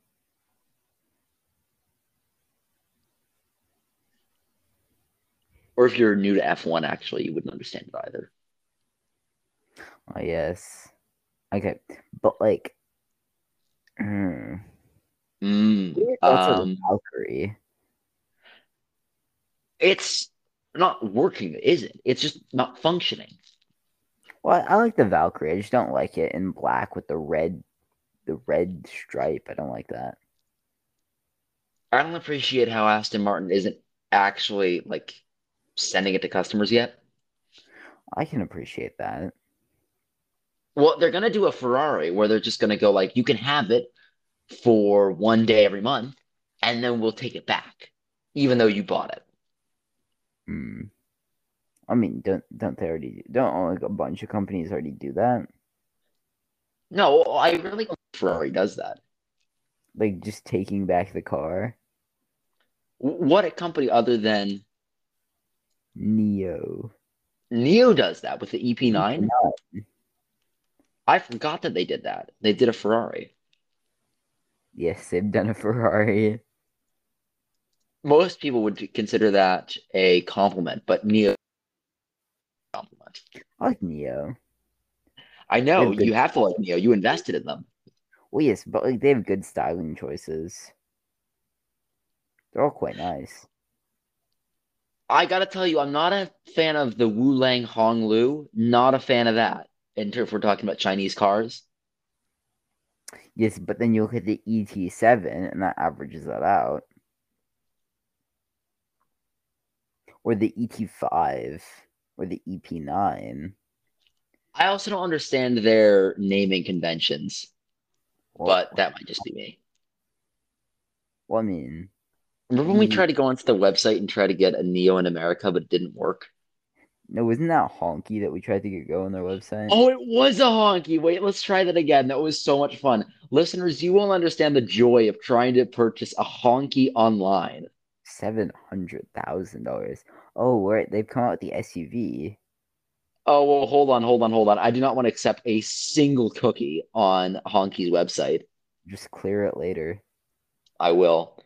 Speaker 3: Or if you're new to F1, actually, you wouldn't understand it either.
Speaker 1: Oh yes. Okay, but like, mm,
Speaker 3: Mm,
Speaker 1: What are your thoughts on
Speaker 3: um,
Speaker 1: Valkyrie.
Speaker 3: it's not working, is it? It's just not functioning.
Speaker 1: Well, I like the Valkyrie. I just don't like it in black with the red, the red stripe. I don't like that.
Speaker 3: I don't appreciate how Aston Martin isn't actually like sending it to customers yet.
Speaker 1: I can appreciate that.
Speaker 3: Well, they're gonna do a Ferrari where they're just gonna go like, you can have it for one day every month, and then we'll take it back, even though you bought it.
Speaker 1: Hmm. I mean, don't don't they already do, don't like a bunch of companies already do that?
Speaker 3: No, I really don't think Ferrari does that.
Speaker 1: Like just taking back the car.
Speaker 3: W- What a company other than
Speaker 1: Neo.
Speaker 3: Neo does that with the EP9?
Speaker 1: No,
Speaker 3: I forgot that they did that. They did a Ferrari.
Speaker 1: Yes, they've done a *laughs* Ferrari.
Speaker 3: most people would consider that a compliment, but Neo not.
Speaker 1: I like Neo.
Speaker 3: I know
Speaker 1: They've been-
Speaker 3: you have to like Neo. You invested in them.
Speaker 1: Well, yes, but like they have good styling choices. They're all quite nice.
Speaker 3: I gotta tell you, I'm not a fan of the Wu Lang Hong Lu. Not a fan of that. And if we're talking about Chinese cars,
Speaker 1: Yes, but then you look at the ET7 and that averages that out. Or the ET5 or the E EP9.
Speaker 3: I also don't understand their naming conventions.
Speaker 1: Well,
Speaker 3: But that might just be me.
Speaker 1: well, I mean,
Speaker 3: Remember when we
Speaker 1: Mm.
Speaker 3: tried to go onto the website and try to get a Neo in America, but it didn't work?
Speaker 1: no, wasn't that honky that we tried to get go on their website?
Speaker 3: Oh, it was a honky. Wait, let's try that again. That was so much fun. Listeners, you will understand the joy of trying to purchase a honky online.
Speaker 1: Seven hundred thousand dollars. Oh, right, they've come out with the SUV.
Speaker 3: Oh, well, hold on, hold on, hold on. I do not want to accept a single cookie on Honky's website.
Speaker 1: Just clear it later.
Speaker 3: I will.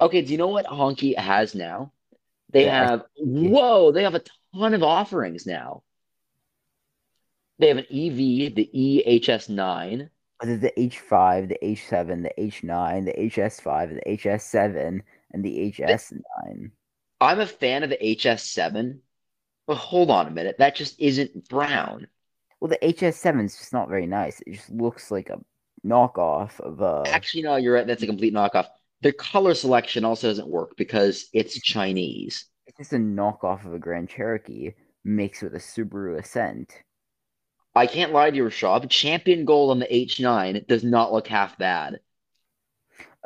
Speaker 3: Okay, do you know what Honky has now? They
Speaker 1: Yeah, I-
Speaker 3: have, whoa, they have a ton of offerings now. They have an EV, the E EHS9.
Speaker 1: Oh, There's the H5, the H7, the H9, the HS5, the HS7, and the HS9.
Speaker 3: I'm a fan of the HS7, but hold on a minute. That just isn't brown.
Speaker 1: Well, the HS7 is just not very nice. It just looks like a knockoff of uh
Speaker 3: Actually, no, you're right. That's a complete knockoff. Their color selection also doesn't work because it's Chinese.
Speaker 1: it's just a knockoff of a Grand Cherokee mixed with a Subaru Ascent.
Speaker 3: I can't lie to you, Rashab. Champion Gold on the H9 does not look half bad.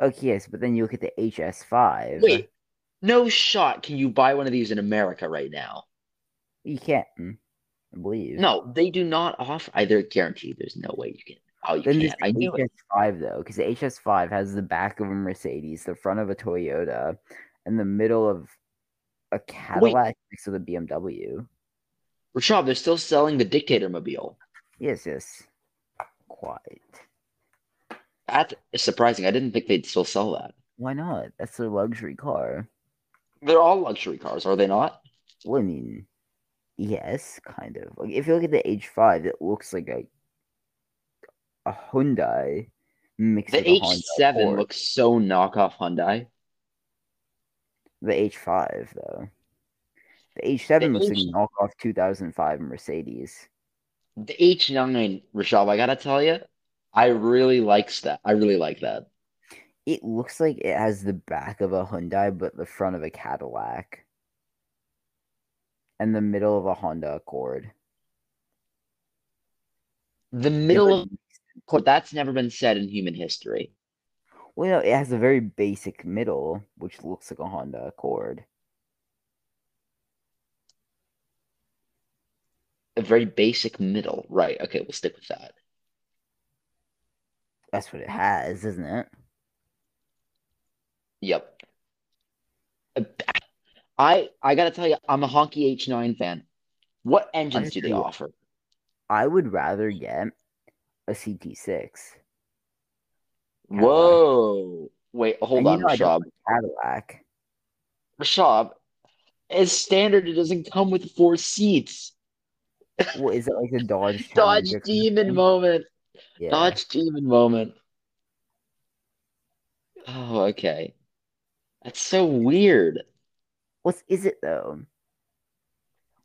Speaker 1: Okay, yes, but then you look at the HS5.
Speaker 3: Wait, no shot. Can you buy one of these in America right now?
Speaker 1: You can't, hmm, I believe.
Speaker 3: No, they do not offer. I they're guaranteed. There's no way you can. Oh, you
Speaker 1: Then
Speaker 3: can't.
Speaker 1: there's
Speaker 3: I
Speaker 1: the
Speaker 3: knew it.
Speaker 1: HS5 though, because the HS5 has the back of a Mercedes, the front of a Toyota, and the middle of a Cadillac next to the BMW.
Speaker 3: Rashab, they're still selling the Dictator Mobile.
Speaker 1: Yes, yes. Quiet.
Speaker 3: That's surprising. I didn't think they'd still sell that.
Speaker 1: Why not? That's their luxury car.
Speaker 3: They're all luxury cars, are they not?
Speaker 1: Well, I mean, yes, kind of. Like, if you look at the H5, it looks like a a Hyundai mixed
Speaker 3: The
Speaker 1: with a Honda
Speaker 3: H7
Speaker 1: Accord.
Speaker 3: looks so knockoff Hyundai.
Speaker 1: The H5 though. The H7
Speaker 3: The
Speaker 1: looks like
Speaker 3: H-
Speaker 1: a knockoff 2005 Mercedes.
Speaker 3: The H9, Rashab, I gotta tell you, I really likes that. I really like that.
Speaker 1: It looks like it has the back of a Hyundai, but the front of a Cadillac, and the middle of a Honda Accord.
Speaker 3: The
Speaker 1: They have
Speaker 3: middle
Speaker 1: a
Speaker 3: of court, that's never been said in human history.
Speaker 1: Well, no, it has a very basic middle, which looks like a Honda Accord.
Speaker 3: A very basic middle. Right. Okay, we'll stick with that.
Speaker 1: That's what it has, isn't it?
Speaker 3: Yep. I I gotta tell you, I'm a honky H9 fan. What engines do they
Speaker 1: Honestly,
Speaker 3: offer?
Speaker 1: I would rather get a CT6 Cadillac.
Speaker 3: Whoa. Wait, hold
Speaker 1: And you
Speaker 3: on,
Speaker 1: know I
Speaker 3: Rashab.
Speaker 1: don't Cadillac.
Speaker 3: Rashab, as standard, it doesn't come with four seats.
Speaker 1: What is it like the Dodge?
Speaker 3: *laughs* Dodge
Speaker 1: Challenger kind of
Speaker 3: Demon
Speaker 1: thing?
Speaker 3: moment.
Speaker 1: Yeah.
Speaker 3: Dodge Demon moment. Oh, okay. That's so weird.
Speaker 1: What is it though?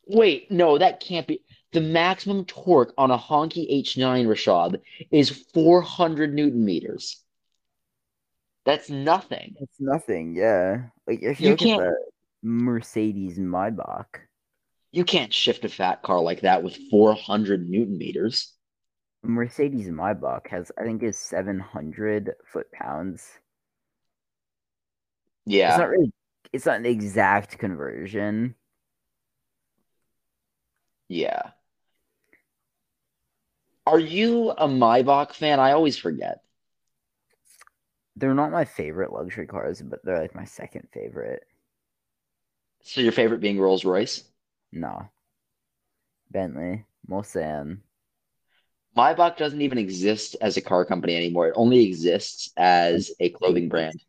Speaker 3: Wait, no, that can't be. The maximum torque on a honky H9 Rashab is 400 newton meters. That's nothing.
Speaker 1: It's nothing. Yeah. Like if you,
Speaker 3: You
Speaker 1: look
Speaker 3: can't-
Speaker 1: at the Mercedes Maybach,
Speaker 3: You can't shift a fat car like that with 400 newton meters.
Speaker 1: Mercedes Maybach has I think is 700 foot pounds. It's
Speaker 3: Yeah.
Speaker 1: not really. It's not an exact conversion.
Speaker 3: Yeah. Are you a Maybach fan? I always forget.
Speaker 1: They're not my favorite luxury cars, but they're like my second favorite.
Speaker 3: So your favorite being Rolls Royce?
Speaker 1: No. Bentley, Mulsanne.
Speaker 3: Maybach doesn't even exist as a car company anymore. It only exists as a clothing brand.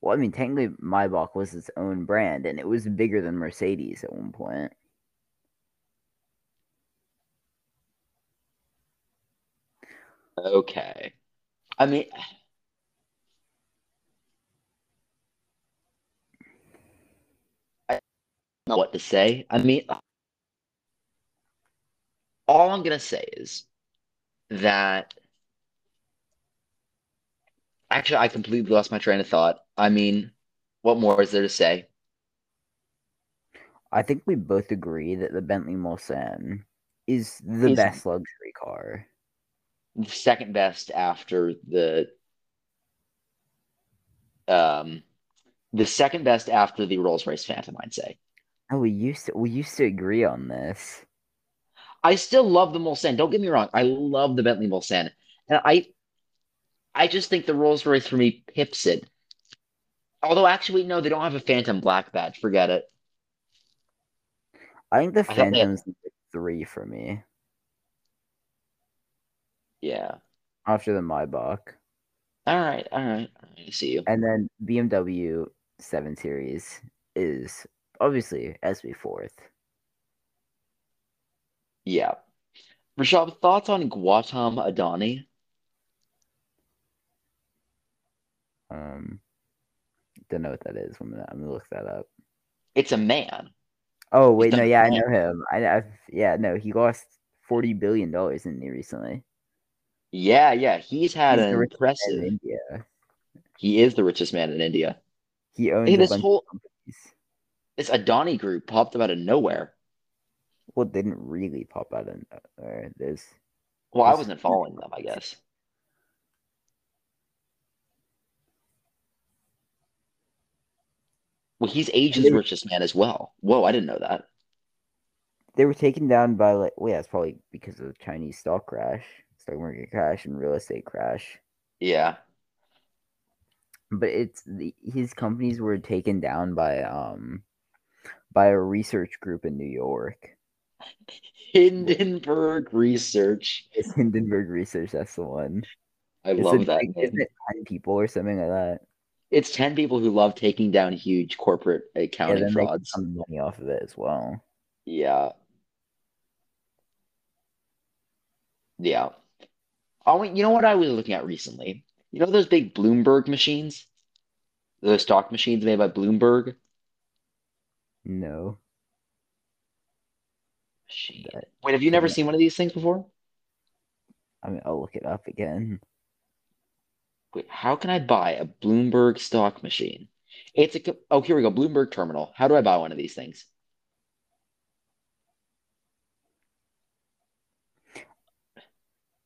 Speaker 1: Well, I mean, technically, Maybach was its own brand, and it was bigger than Mercedes at one point.
Speaker 3: Okay. I mean, I don't know what to say. I mean, all I'm going to say is that actually, I completely lost my train of thought. I mean, what more is there to say?
Speaker 1: I think we both agree that the Bentley Mulsanne is the
Speaker 3: Is-
Speaker 1: best luxury car.
Speaker 3: The second best after the um the second best after the Rolls-Royce Phantom, I'd say.
Speaker 1: Oh, we used to we used to agree on this.
Speaker 3: I still love the Mulsanne. Don't get me wrong. I love the Bentley Mulsanne. And I I just think the Rolls Royce for me pips it. Although actually no, they don't have a Phantom Black Badge. Forget it.
Speaker 1: I think the
Speaker 3: thought they had-
Speaker 1: Phantom's number three for me
Speaker 3: Yeah.
Speaker 1: after the Maybach,
Speaker 3: All right, all right. I see you.
Speaker 1: and then BMW Seven Series is obviously SB fourth.
Speaker 3: Yeah. Rashab, thoughts on Guatam Adani?
Speaker 1: Um, don't know what that is. One minute, I'm gonna look that up.
Speaker 3: It's a man.
Speaker 1: Oh wait, no,
Speaker 3: done
Speaker 1: yeah, I
Speaker 3: well.
Speaker 1: know him. I, I yeah, no, he lost forty billion dollars didn't he recently?
Speaker 3: Yeah, yeah. He's had
Speaker 1: He's
Speaker 3: an
Speaker 1: the richest
Speaker 3: impressive
Speaker 1: In India,
Speaker 3: he is the richest man in India.
Speaker 1: he
Speaker 3: I
Speaker 1: owns
Speaker 3: think
Speaker 1: a
Speaker 3: this
Speaker 1: bunch
Speaker 3: whole
Speaker 1: of companies.
Speaker 3: this Adani group popped up out of nowhere.
Speaker 1: Well, they didn't really pop out in uh, there. There's
Speaker 3: Well, I
Speaker 1: This-
Speaker 3: wasn't following them, I guess. Well, he's Asia's
Speaker 1: they were-
Speaker 3: richest man as well. Whoa, I didn't know that.
Speaker 1: they were taken down by like well, yeah, it's probably because of the Chinese stock crash, stock market crash, and real estate crash.
Speaker 3: Yeah. *laughs*
Speaker 1: But it's the, his companies were taken down by um by a research group in New York. *laughs*
Speaker 3: Hindenburg Research.
Speaker 1: It's Hindenburg Research. That's the one.
Speaker 3: I
Speaker 1: It's a-
Speaker 3: love that
Speaker 1: like,
Speaker 3: name.
Speaker 1: isn't it ten people or something like that?
Speaker 3: It's 10 people who love taking down huge corporate
Speaker 1: Yeah,
Speaker 3: accounting
Speaker 1: then they get
Speaker 3: frauds.
Speaker 1: some money off of it as well.
Speaker 3: Yeah. Yeah. Oh, wait, you know what I was looking at recently? You know those big Bloomberg machines? Those stock machines made by Bloomberg?
Speaker 1: No,
Speaker 3: Shit. Wait, have you never
Speaker 1: Yeah.
Speaker 3: seen one of these things before?
Speaker 1: I mean I'll look it up again.
Speaker 3: Wait, how can I buy a Bloomberg stock machine? It's a, co- oh, here we go, Bloomberg Terminal. How do I buy one of these things?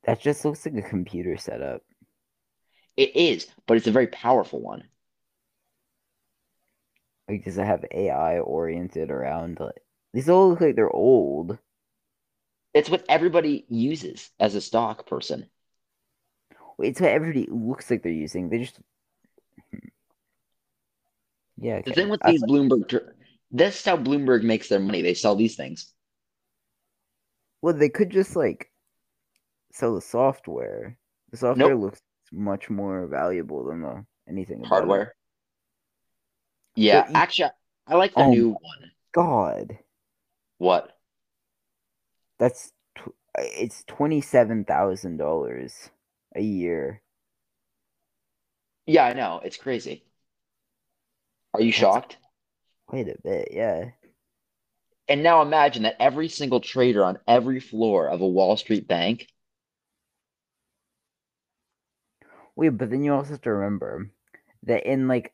Speaker 1: That just looks like a computer setup.
Speaker 3: It is, but it's a very powerful one.
Speaker 1: Like, does it have AI oriented around? Like, these all look like they're old.
Speaker 3: It's what everybody uses as a stock person.
Speaker 1: It's what everybody looks like they're using. They just. Hmm. Yeah.
Speaker 3: The
Speaker 1: okay.
Speaker 3: thing with
Speaker 1: I
Speaker 3: these
Speaker 1: thought-
Speaker 3: Bloomberg, ter- that's how Bloomberg makes their money. They sell these things.
Speaker 1: well, they could just, like, sell the software. The software looks much more valuable than the anything. about it.
Speaker 3: Hardware. Yeah,
Speaker 1: Well, you-
Speaker 3: actually, I like the
Speaker 1: Oh
Speaker 3: new one.
Speaker 1: God.
Speaker 3: What?
Speaker 1: That's. Tw- it's $27,000 a year.
Speaker 3: Yeah, I know. It's crazy. Are you
Speaker 1: That's-
Speaker 3: shocked?
Speaker 1: Quite a bit, yeah.
Speaker 3: And now imagine that every single trader on every floor of a Wall Street bank.
Speaker 1: Wait, but then you also have to remember that in like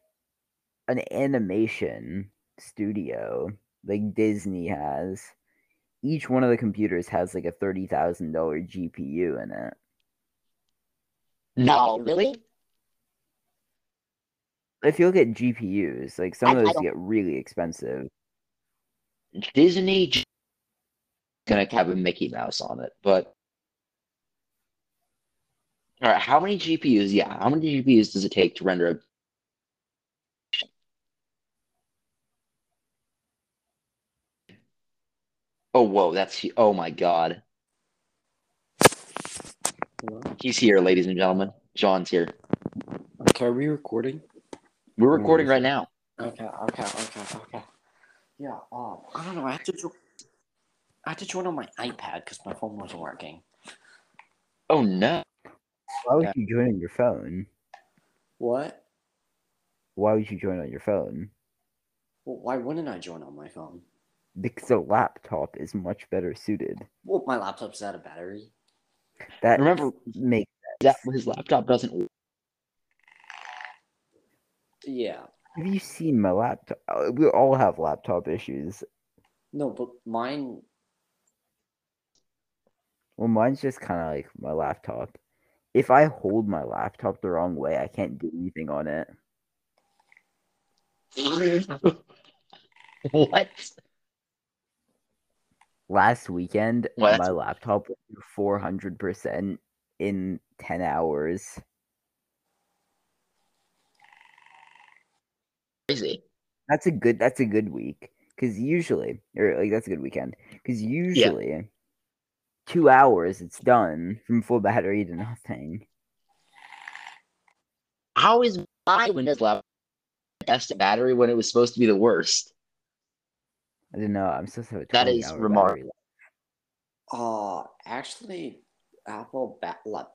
Speaker 1: an animation studio like Disney has, each one of the computers has like a thirty thousand dollar GPU in it.
Speaker 3: No, really?
Speaker 1: If you look at GPUs, like some
Speaker 3: I- I
Speaker 1: of those
Speaker 3: don't-
Speaker 1: get really expensive.
Speaker 3: Disney j- gonna have a Mickey Mouse on it, but all right. How many GPUs? Yeah, how many GPUs does it take to render a? Oh whoa, that's hu- oh my god. He's here, ladies and gentlemen. John's here.
Speaker 2: Are we recording?
Speaker 3: We're recording right now.
Speaker 2: Okay, okay, okay, okay. Yeah, um, I don't know. I had to, jo- I had to join on my iPad because my phone wasn't working.
Speaker 3: Oh no.
Speaker 1: Why would you join on your phone?
Speaker 2: What?
Speaker 1: Why would you join on your phone?
Speaker 2: Well, why wouldn't I join on my phone?
Speaker 1: Because a laptop is much better suited.
Speaker 2: Well, my laptop's out of battery.
Speaker 1: That
Speaker 3: Remember-
Speaker 1: make
Speaker 3: That his laptop doesn't work.
Speaker 2: Yeah.
Speaker 1: have you seen my laptop? Uh, We all have laptop issues.
Speaker 2: No, but mine.
Speaker 1: Well, mine's just kind of like my laptop. If I hold my laptop the wrong way, I can't do anything on it.
Speaker 3: *laughs* what?
Speaker 1: Last weekend,
Speaker 3: Well,
Speaker 1: my
Speaker 3: that's-
Speaker 1: laptop went to 400% in 10 hours.
Speaker 3: Crazy.
Speaker 1: That's a good that's a good week cuz usually or like that's a good weekend cuz usually 2 hours it's done from full battery to *laughs* nothing.
Speaker 3: How is my Windows laptop best battery when it was supposed to be the worst?
Speaker 1: I don't know. I'm supposed to have a
Speaker 3: That
Speaker 1: 20
Speaker 3: is
Speaker 1: hour
Speaker 3: remarkable.
Speaker 1: battery life.
Speaker 2: Uh, actually, Apple ba- lap-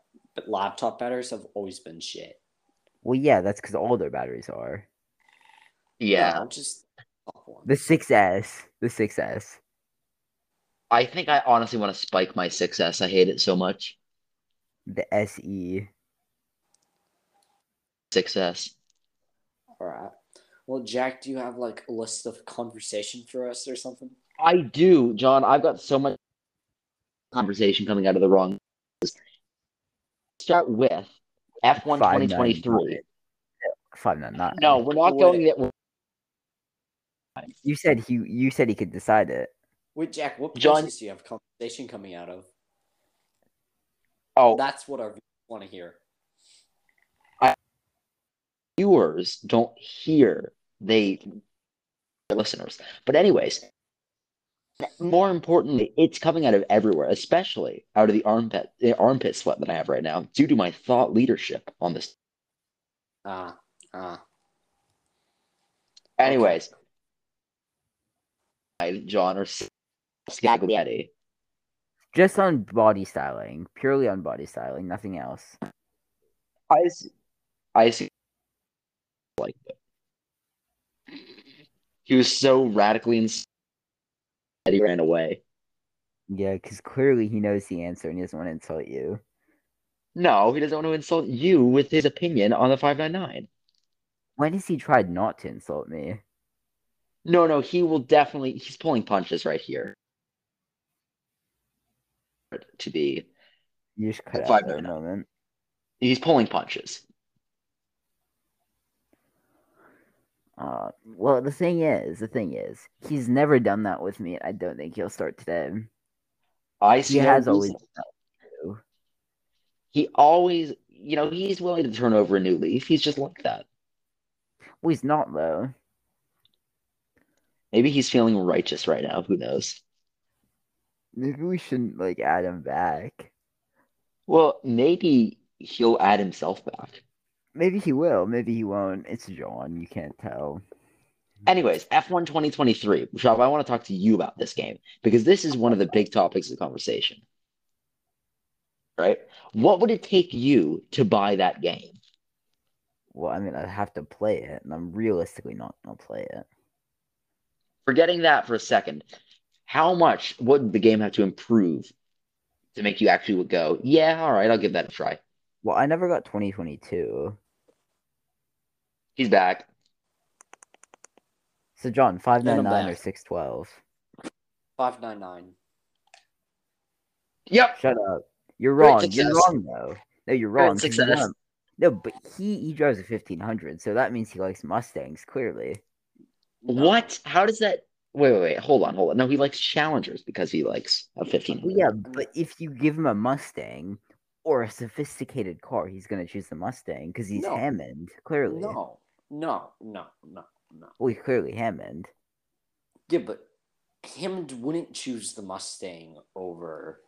Speaker 2: laptop batteries have always been shit.
Speaker 1: Well, yeah, that's cuz all their batteries are.
Speaker 3: Yeah.
Speaker 2: No, just top one.
Speaker 1: The 6S, the 6S.
Speaker 3: I think I honestly want to spike my 6S. I hate it so much.
Speaker 1: The E SE.
Speaker 3: 6S.
Speaker 2: All right. Well, Jack, do you have like a list of conversation for us or something?
Speaker 3: I do, John. I've got so much conversation coming out of the wrong. Start with F1
Speaker 1: Five nine
Speaker 3: 2023.
Speaker 1: nine. 599.
Speaker 3: No, we're not
Speaker 2: Wait.
Speaker 3: going that.
Speaker 1: You said he you said he could decide it.
Speaker 2: Wait, Jack, what
Speaker 3: John-
Speaker 2: places do you have conversation coming out of?
Speaker 3: Oh,
Speaker 2: That's what our viewers want to hear.
Speaker 3: viewers don't hear they they're listeners but anyways more importantly it's coming out of everywhere especially out of the armpit the armpit sweat that i have right now due to my thought leadership on this
Speaker 2: Ah, ah.
Speaker 3: anyways I, john or scaglietti
Speaker 1: Just on body styling, purely on body styling, nothing else.
Speaker 3: i see, i see like but he was so radically insane that he ran away
Speaker 1: Yeah, because clearly he knows the answer and he doesn't want to insult you.
Speaker 3: No, he doesn't want to insult you with his opinion on the 599.
Speaker 1: When has he tried not to insult me?
Speaker 3: No, no, he will definitely. He's pulling punches right here. To be.
Speaker 1: You just cut
Speaker 3: Five
Speaker 1: out that
Speaker 3: minutes.
Speaker 1: moment.
Speaker 3: He's pulling punches.
Speaker 1: Uh, well, the thing is, the thing is, he's never done that with me. and I don't think he'll start today.
Speaker 3: I see
Speaker 1: He
Speaker 3: no
Speaker 1: has always
Speaker 3: reason. He always, you know, he's willing to turn over a new leaf. He's just like that.
Speaker 1: Well, he's not though.
Speaker 3: Maybe he's feeling righteous right now. Who knows?
Speaker 1: Maybe we shouldn't like add him back.
Speaker 3: Well, maybe he'll add himself back.
Speaker 1: Maybe he will. Maybe he won't. It's John. You can't tell.
Speaker 3: Anyways, F1 2023. Rob, I want to talk to you about this game because this is one of the big topics of conversation. Right? What would it take you to buy that game?
Speaker 1: Well, I mean, I'd have to play it, and I'm realistically not gonna play it.
Speaker 3: Forgetting that for a second, how much would the game have to improve to make you actually go, yeah, all right, I'll give that a try?
Speaker 1: Well, I never got 2022.
Speaker 3: He's back.
Speaker 1: So John, five
Speaker 2: Then
Speaker 1: nine
Speaker 2: I'm
Speaker 1: nine or
Speaker 2: back.
Speaker 1: six twelve?
Speaker 2: 599.
Speaker 3: Yep.
Speaker 1: Shut up. You're
Speaker 3: Great
Speaker 1: wrong. You're
Speaker 3: success.
Speaker 1: wrong though. No, you're
Speaker 3: Great
Speaker 1: wrong. 'cause you
Speaker 3: success.
Speaker 1: want- No, but he he drives a fifteen hundred, so that means he likes Mustangs. Clearly,
Speaker 2: No.
Speaker 3: What? How does that? Wait, wait, wait. Hold on, hold on. No, he likes Challengers because he likes a 1500.
Speaker 1: well, yeah. But if you give him a Mustang or a sophisticated car, he's gonna choose the Mustang because he's
Speaker 2: No.
Speaker 1: Hammond. Clearly,
Speaker 2: No, no, no, no, no.
Speaker 1: well, he's clearly Hammond.
Speaker 2: Yeah, but Hammond wouldn't choose the Mustang over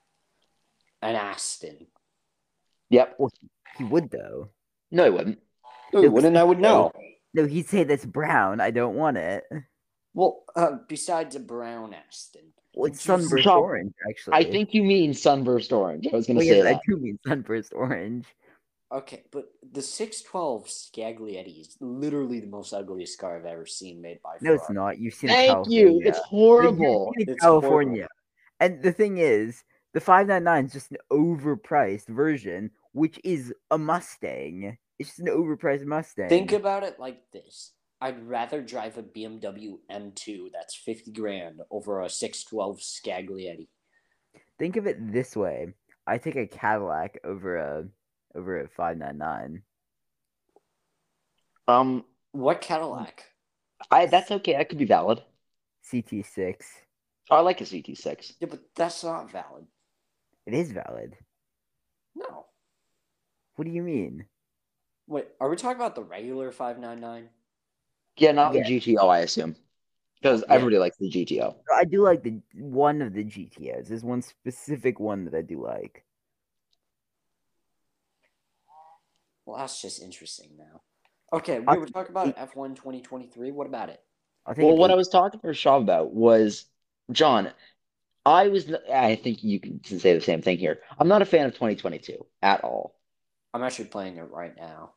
Speaker 2: an Aston.
Speaker 3: Yep.
Speaker 1: He would though.
Speaker 3: No, he wouldn't.
Speaker 2: No,
Speaker 1: he wouldn't,
Speaker 2: I would
Speaker 1: know. No, he'd say that's brown. I don't want it.
Speaker 2: Well, uh, besides a brown Aston.
Speaker 1: Well, it's
Speaker 2: Did you
Speaker 1: sunburst
Speaker 3: Shop-
Speaker 1: orange, actually.
Speaker 3: I think you mean sunburst orange. I was gonna
Speaker 1: Well,
Speaker 3: say
Speaker 1: yes, I
Speaker 3: that.
Speaker 1: do mean sunburst orange.
Speaker 2: Okay, but the 612 Scaglietti is literally the most ugliest car I've ever seen made by
Speaker 1: No, it's
Speaker 2: Ferrari.
Speaker 1: not. You've seen it.
Speaker 3: Thank you. It's horrible.
Speaker 1: It's
Speaker 2: It's
Speaker 1: California. And the thing is, the 599 is just an overpriced version, which is a Mustang. It's just an overpriced Mustang.
Speaker 2: Think about it like this. I'd rather drive a BMW M2 that's 50 grand over a 612 Scaglietti.
Speaker 1: Think of it this way. I take a Cadillac over a over a 599.
Speaker 3: Um,
Speaker 2: What Cadillac?
Speaker 3: I that's okay. That could be valid. Oh,
Speaker 1: CT6.
Speaker 3: I like a CT6.
Speaker 2: Yeah, but that's not valid.
Speaker 1: It is valid.
Speaker 2: No.
Speaker 1: What do you mean?
Speaker 2: Wait, are we talking about the regular 599?
Speaker 3: Yeah, not
Speaker 1: Yeah.
Speaker 3: the GTO, I assume, because
Speaker 2: Yeah.
Speaker 3: everybody likes the GTO.
Speaker 1: No, I do like the one of the GTOs. There's one specific one that I do like.
Speaker 2: Well, that's just interesting now. Okay, we
Speaker 1: I-
Speaker 2: were talking about F1 2023. What about it?
Speaker 1: I think
Speaker 3: Well,
Speaker 1: it's
Speaker 3: what
Speaker 1: a-
Speaker 3: I was talking to Rashad about was John. I was. I think you can say the same thing here. I'm not a fan of 2022 at all.
Speaker 2: I'm actually playing it right now.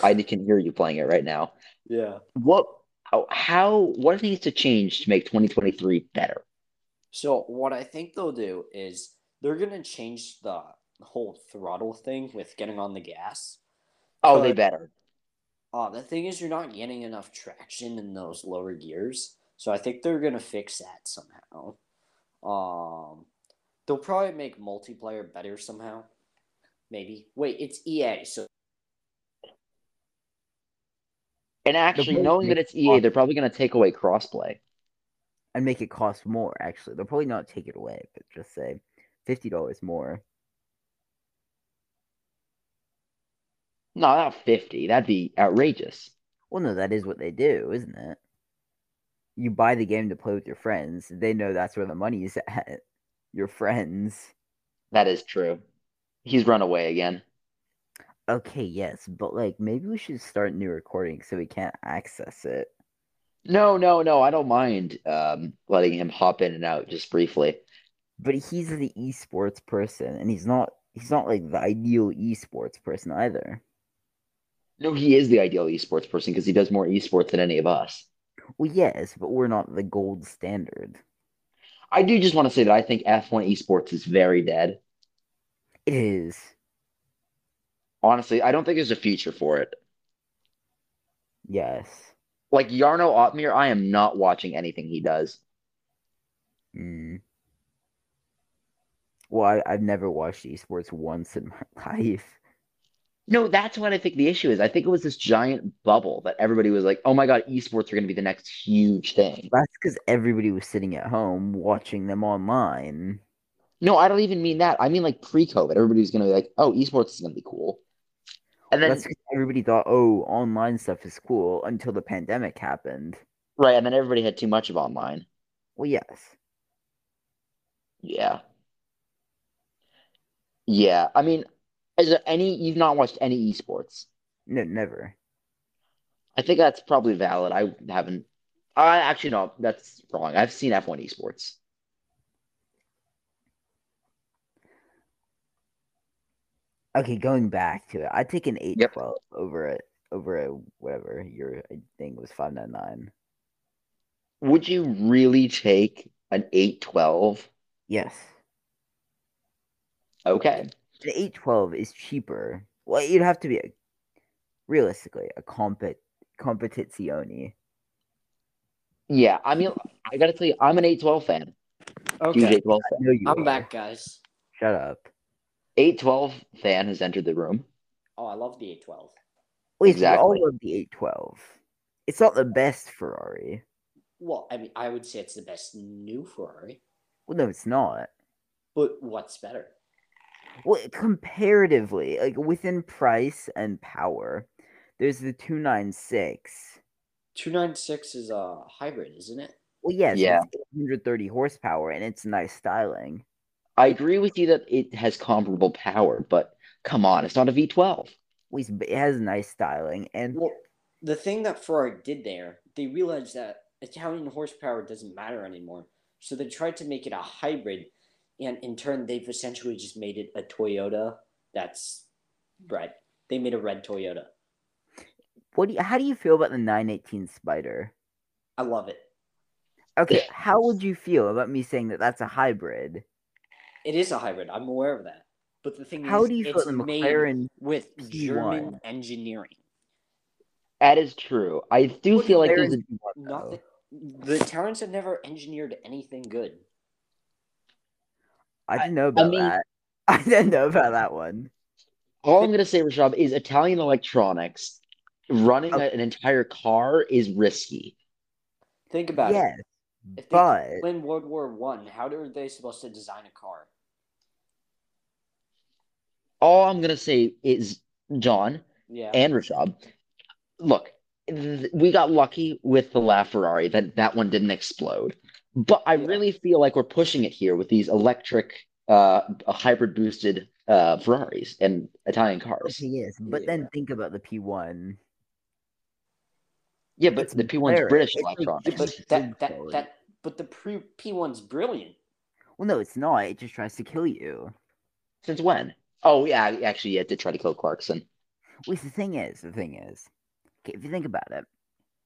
Speaker 3: I can hear you playing it right now.
Speaker 2: Yeah.
Speaker 3: What? How? how what needs to change to make 2023 better?
Speaker 2: So, what I think they'll do is they're going to change the whole throttle thing with getting on the gas.
Speaker 3: Oh, they
Speaker 2: Good.
Speaker 3: better.
Speaker 2: Uh, the thing is, you're not getting enough traction in those lower gears. So, I think they're going to fix that somehow. Um, they'll probably make multiplayer better somehow. Maybe. Wait, it's EA. So,
Speaker 3: And actually,
Speaker 1: both
Speaker 3: knowing
Speaker 1: make
Speaker 3: that it's EA, they're probably going to take away crossplay.
Speaker 1: and make it cost more. Actually, they'll probably not take it away, but just say fifty dollars more.
Speaker 3: No, not 50. That'd be outrageous.
Speaker 1: Well, no, that is what they do, isn't it? You buy the game to play with your friends. They know that's where the money is *laughs* at. Your friends.
Speaker 3: That is true. He's run away again.
Speaker 1: Okay, yes, but like maybe we should start new recording so we can't access it.
Speaker 3: No, no, no. I don't mind um, letting him hop in and out just briefly.
Speaker 1: But he's the esports person, and he's not. He's not like the ideal esports person either.
Speaker 3: No, he is the ideal esports person because he does more esports than any of us.
Speaker 1: Well, yes, but we're not the gold standard.
Speaker 3: I do just want to say that I think F1 esports is very dead.
Speaker 1: It is.
Speaker 3: Honestly, I don't think there's a future for it.
Speaker 1: Yes.
Speaker 3: Like Yarno Otmir, I am not watching anything he does.
Speaker 1: Mm. Well, I, I've never watched esports once in *laughs* my life.
Speaker 3: No, that's what I think the issue is. I think it was this giant bubble that everybody was like, oh my God, esports are going to be the next huge thing.
Speaker 1: That's because everybody was sitting at home watching them online.
Speaker 3: No, I don't even mean that. I mean like pre-COVID, everybody was going to be like, oh, esports is going to be cool. And then,
Speaker 1: That's 'cause everybody thought, oh, online stuff is cool until the pandemic happened.
Speaker 3: right, and then everybody had too much of online.
Speaker 1: Well, yes.
Speaker 3: Yeah. Yeah. I mean, is there any, you've not watched any esports?
Speaker 1: No, never.
Speaker 3: I think that's probably valid. I haven't, I actually, no, that's wrong. I've seen F1 esports.
Speaker 1: Okay, going back to it, I'd take an 812 over a over a whatever your uh, thing was 599.
Speaker 3: Would you really take an 812?
Speaker 1: Yes.
Speaker 3: Okay.
Speaker 1: The 812 is cheaper. Well, you'd have to be a, realistically a compet competizione.
Speaker 3: Yeah, I mean, I gotta tell you, I'm an eight twelve fan. Huge
Speaker 2: okay.
Speaker 3: eight twelve fan.
Speaker 1: No, you
Speaker 2: I'm
Speaker 1: are.
Speaker 2: back, guys.
Speaker 1: Shut up.
Speaker 3: Eight twelve fan has entered the room.
Speaker 2: Oh, I love the 812.
Speaker 1: Wait, so we
Speaker 3: Exactly.
Speaker 1: all love the 812. It's not the best Ferrari.
Speaker 2: Well, I mean, I would say it's the best new Ferrari,
Speaker 1: Well, no, it's not.
Speaker 2: but what's better?
Speaker 1: Well, comparatively, like within price and power, there's the 296.
Speaker 2: 296 is a hybrid, isn't it?
Speaker 1: Well, yes,
Speaker 3: Yeah.
Speaker 1: it's 130 horsepower and it's nice styling.
Speaker 3: I agree with you that it has comparable power, but come on, it's not a V twelve.
Speaker 1: Well, it's- It has nice styling and
Speaker 2: Well, the thing that Ferrari did there, they realized that Italian horsepower doesn't matter anymore. So they tried to make it a hybrid, and in turn, they've essentially just made it a Toyota that's red. They made a red Toyota.
Speaker 1: What do you, how do you feel about the 918 Spider?
Speaker 2: I love it.
Speaker 1: Okay, how would you feel about me saying that that's a hybrid?
Speaker 2: It is a hybrid. I'm aware of that. But the thing
Speaker 1: How
Speaker 2: is,
Speaker 1: do you feel
Speaker 2: it's
Speaker 1: the
Speaker 2: made
Speaker 1: McLaren?
Speaker 2: with
Speaker 1: P1?
Speaker 2: German engineering.
Speaker 3: That is true. I do
Speaker 2: What
Speaker 3: feel like
Speaker 1: McLaren's
Speaker 3: there's a
Speaker 1: P1, though?
Speaker 2: Nothing. The Italians have never engineered anything good.
Speaker 1: I didn't know about
Speaker 3: mean-
Speaker 1: that. *laughs* I didn't know about that one.
Speaker 3: All I'm going to say, Rashab, is Italian electronics running
Speaker 1: Okay.
Speaker 3: a- an entire car is risky.
Speaker 2: Think about it.
Speaker 1: yes,
Speaker 2: If they
Speaker 1: but
Speaker 2: win World War One, how are they supposed to design a car?
Speaker 3: All I'm going to say is, John
Speaker 2: Yeah.
Speaker 3: and Rashab, look, th- we got lucky with the LaFerrari that that one didn't explode. But I
Speaker 2: Yeah.
Speaker 3: really feel like we're pushing it here with these electric, uh, hybrid boosted uh, Ferraris and Italian cars.
Speaker 1: okay, yes, but
Speaker 2: Yeah.
Speaker 1: then think about the P one.
Speaker 3: Yeah, but
Speaker 1: It's
Speaker 3: the P1's
Speaker 1: McLaren.
Speaker 3: British
Speaker 1: It's a
Speaker 2: Yeah,
Speaker 3: electronics.
Speaker 2: but
Speaker 1: It's
Speaker 2: that, that,
Speaker 1: totally-
Speaker 2: that, but the pre P one's brilliant.
Speaker 1: Well, no, it's not. It just tries to kill you.
Speaker 3: Since when? Oh, yeah, actually, yeah, it did try to kill Clarkson.
Speaker 1: Wait, the thing is, the thing is, okay, if you think about it,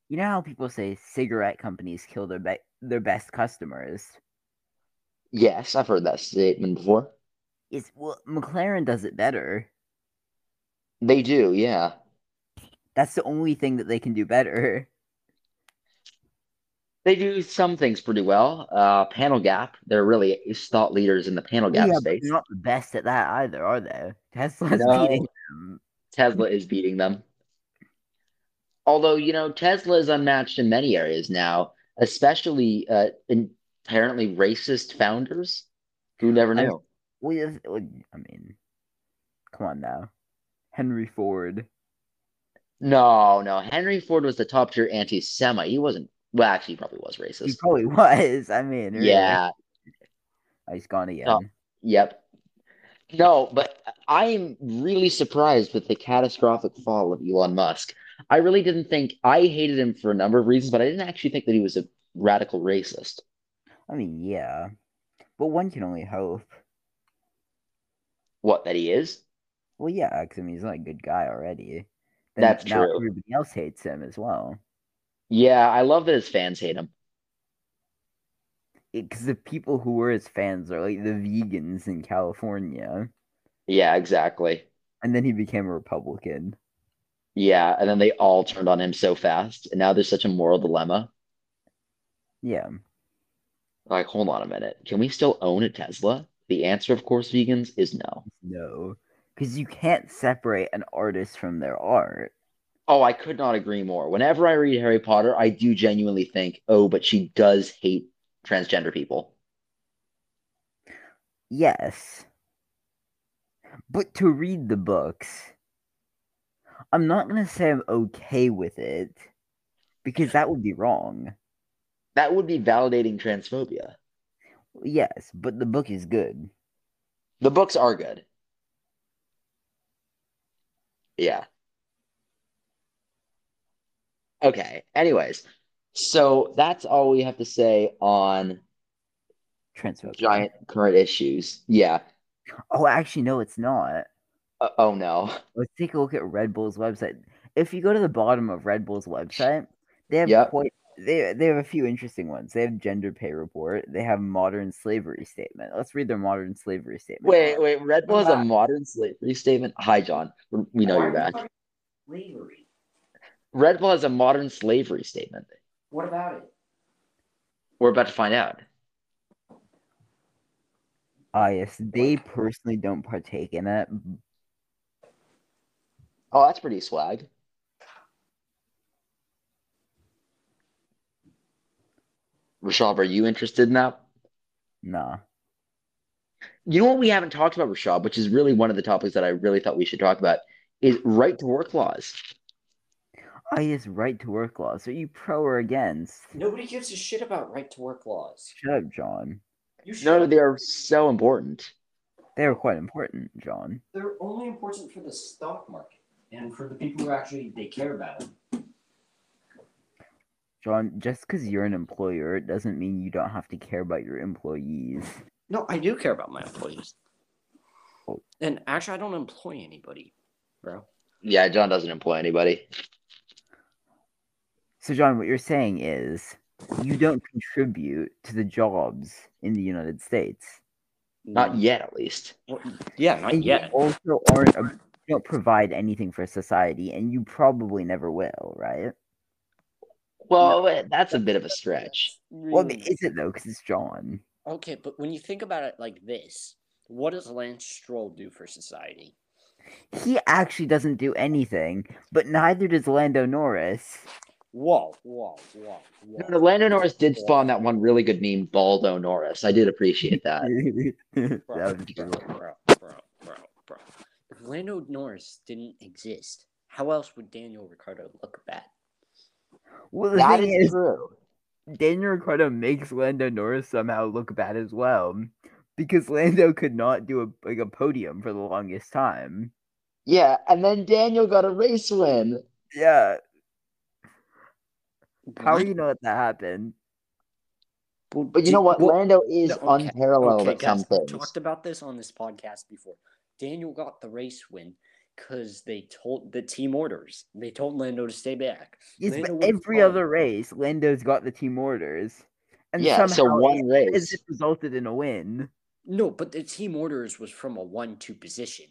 Speaker 1: you know how people say cigarette companies kill their be- their best customers.
Speaker 3: Yes, I've heard that statement before.
Speaker 1: It's well, McLaren does it better.
Speaker 3: They do, yeah.
Speaker 1: That's the only thing that they can do better.
Speaker 3: They do some things pretty well. Uh, panel gap. They're really thought leaders in the panel gap
Speaker 1: yeah, but
Speaker 3: space.
Speaker 1: they're not the best at that either, are they? *laughs* Tesla's
Speaker 3: No.
Speaker 1: beating them.
Speaker 3: Tesla is beating them. Although, you know, Tesla is unmatched in many areas now, especially uh, in apparently racist founders who never
Speaker 1: I-
Speaker 3: knew.
Speaker 1: We, just- we- I mean, come on now, Henry Ford.
Speaker 3: No, no. Henry Ford was the top tier anti Semite. He wasn't, well, actually, he probably was
Speaker 1: He
Speaker 3: racist.
Speaker 1: probably *laughs* was. I mean, really.
Speaker 3: Yeah.
Speaker 1: Oh, he's gone again.
Speaker 3: Yep. No, but I am really surprised with the catastrophic fall of Elon Musk. I really didn't think, I hated him for a number of reasons, but I didn't actually think that he was a radical racist.
Speaker 1: I mean, yeah, but one can only hope.
Speaker 3: What, that he is?
Speaker 1: Well, yeah, 'cause, I mean, he's not a good guy already. Then
Speaker 3: That's
Speaker 1: now
Speaker 3: true.
Speaker 1: Everybody else hates him as well.
Speaker 3: Yeah, I love that his fans hate him.
Speaker 1: Because the people who were his fans are like the vegans in California,
Speaker 3: Yeah, exactly.
Speaker 1: and then he became a Republican.
Speaker 3: Yeah, and then they all turned on him so fast, and now there's such a moral dilemma.
Speaker 1: Yeah,
Speaker 3: Like, hold on a minute. Can we still own a Tesla? The answer, of course, vegans, is no.
Speaker 1: no, because you can't separate an artist from their art.
Speaker 3: Oh, I could not agree more. Whenever I read Harry Potter, I do genuinely think, oh, but she does hate transgender people.
Speaker 1: Yes. But to read the books, I'm not going to say I'm okay with it because that would be wrong.
Speaker 3: That would be validating transphobia.
Speaker 1: Yes, but the book is good.
Speaker 3: The books are good. Yeah. Okay. Anyways, so that's all we have to say on
Speaker 1: Transphobia.
Speaker 3: giant current issues. Yeah.
Speaker 1: Oh, actually, no, it's not.
Speaker 3: Uh, oh no. *laughs*
Speaker 1: Let's take a look at Red Bull's website. If you go to the bottom of Red Bull's website, they have
Speaker 3: Yep.
Speaker 1: quite they they have a few interesting ones. They have gender pay report. They have modern slavery statement. Let's read their modern slavery statement.
Speaker 3: Wait, wait. Red Bull is a
Speaker 1: back.
Speaker 3: modern slavery statement. Hi, John. We know you're back.
Speaker 2: Slavery.
Speaker 3: Red Bull has a modern slavery statement.
Speaker 2: What about it?
Speaker 3: We're about to find out.
Speaker 1: Ah, yes, they personally don't partake in it.
Speaker 3: Oh, that's pretty swag. Rashab, are you interested in that?
Speaker 1: Nah.
Speaker 3: You know what we haven't talked about, Rashab, which is really one of the topics that I really thought we should talk about, is right to work laws.
Speaker 1: I just right to work laws. Are you pro or against?
Speaker 2: Nobody gives a shit about right to work laws.
Speaker 1: Shut up, John.
Speaker 2: You should.
Speaker 3: No, they are so important.
Speaker 1: They are quite important, John.
Speaker 2: They're only important for the stock market and for the people who actually they care about it.
Speaker 1: John, just because you're an employer, it doesn't mean you don't have to care about your employees.
Speaker 2: No, I do care about my employees.
Speaker 1: Oh.
Speaker 2: And actually, I don't employ anybody, bro.
Speaker 3: Yeah, John doesn't employ anybody.
Speaker 1: So, John, what you're saying is you don't contribute to the jobs in the United States.
Speaker 2: Mm.
Speaker 3: Not yet, at least.
Speaker 2: Yeah, not
Speaker 1: And
Speaker 2: yet.
Speaker 1: you also aren't, a- you don't provide anything for society, and you probably never will, right?
Speaker 3: Well, wait, that's a bit of a stretch.
Speaker 1: Well, I
Speaker 2: Really-
Speaker 1: mean, is it though? Because it's John.
Speaker 2: Okay, but when you think about it like this, what does Lance Stroll do for society?
Speaker 1: He actually doesn't do anything, but neither does Lando Norris.
Speaker 2: Whoa, whoa, whoa,
Speaker 3: No,
Speaker 2: whoa.
Speaker 3: no, Lando Norris did spawn that one really good meme, Baldo Norris. I did appreciate that.
Speaker 1: *laughs*
Speaker 3: *laughs*
Speaker 1: That
Speaker 2: Bro,
Speaker 1: was a
Speaker 2: bro,
Speaker 1: good one.
Speaker 2: bro, bro, bro, bro. If Lando Norris didn't exist, how else would Daniel Ricciardo look bad?
Speaker 1: well, the
Speaker 3: That
Speaker 1: thing
Speaker 3: is
Speaker 1: is,
Speaker 3: true.
Speaker 1: Daniel Ricciardo makes Lando Norris somehow look bad as well, because Lando could not do a like a podium for the longest time.
Speaker 3: Yeah, and then Daniel got a race win.
Speaker 1: Yeah, how
Speaker 2: What?
Speaker 1: do you know that that happened?
Speaker 3: But you know what?
Speaker 2: Well,
Speaker 3: Lando is
Speaker 2: no, okay,
Speaker 3: unparalleled
Speaker 2: okay,
Speaker 3: at some
Speaker 2: guys, we
Speaker 3: things.
Speaker 2: talked about this on this podcast before. Daniel got the race win because they told the team orders. They told Lando to stay back.
Speaker 1: Yes,
Speaker 2: Lando
Speaker 1: but
Speaker 2: was
Speaker 1: every
Speaker 2: fine.
Speaker 1: other race, Lando's got the team orders, and
Speaker 3: yeah,
Speaker 1: somehow
Speaker 3: so one
Speaker 1: it has
Speaker 3: race.
Speaker 1: just resulted in a win.
Speaker 2: No, but the team orders was from a one-two position.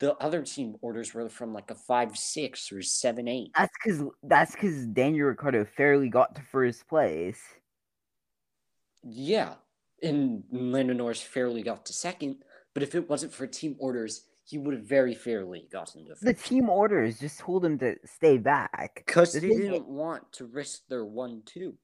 Speaker 2: The other team orders were from like a five-six or seven-eight.
Speaker 1: That's because that's because Daniel Ricciardo fairly got to first place.
Speaker 2: Yeah, and Lando Norris fairly got to second. But if it wasn't for team orders, he would have very fairly gotten to
Speaker 1: The
Speaker 2: first.
Speaker 1: team orders just told him to stay back.
Speaker 2: Because
Speaker 1: The
Speaker 2: they
Speaker 1: thing is-
Speaker 2: didn't want to risk
Speaker 1: *laughs*
Speaker 2: their one-two.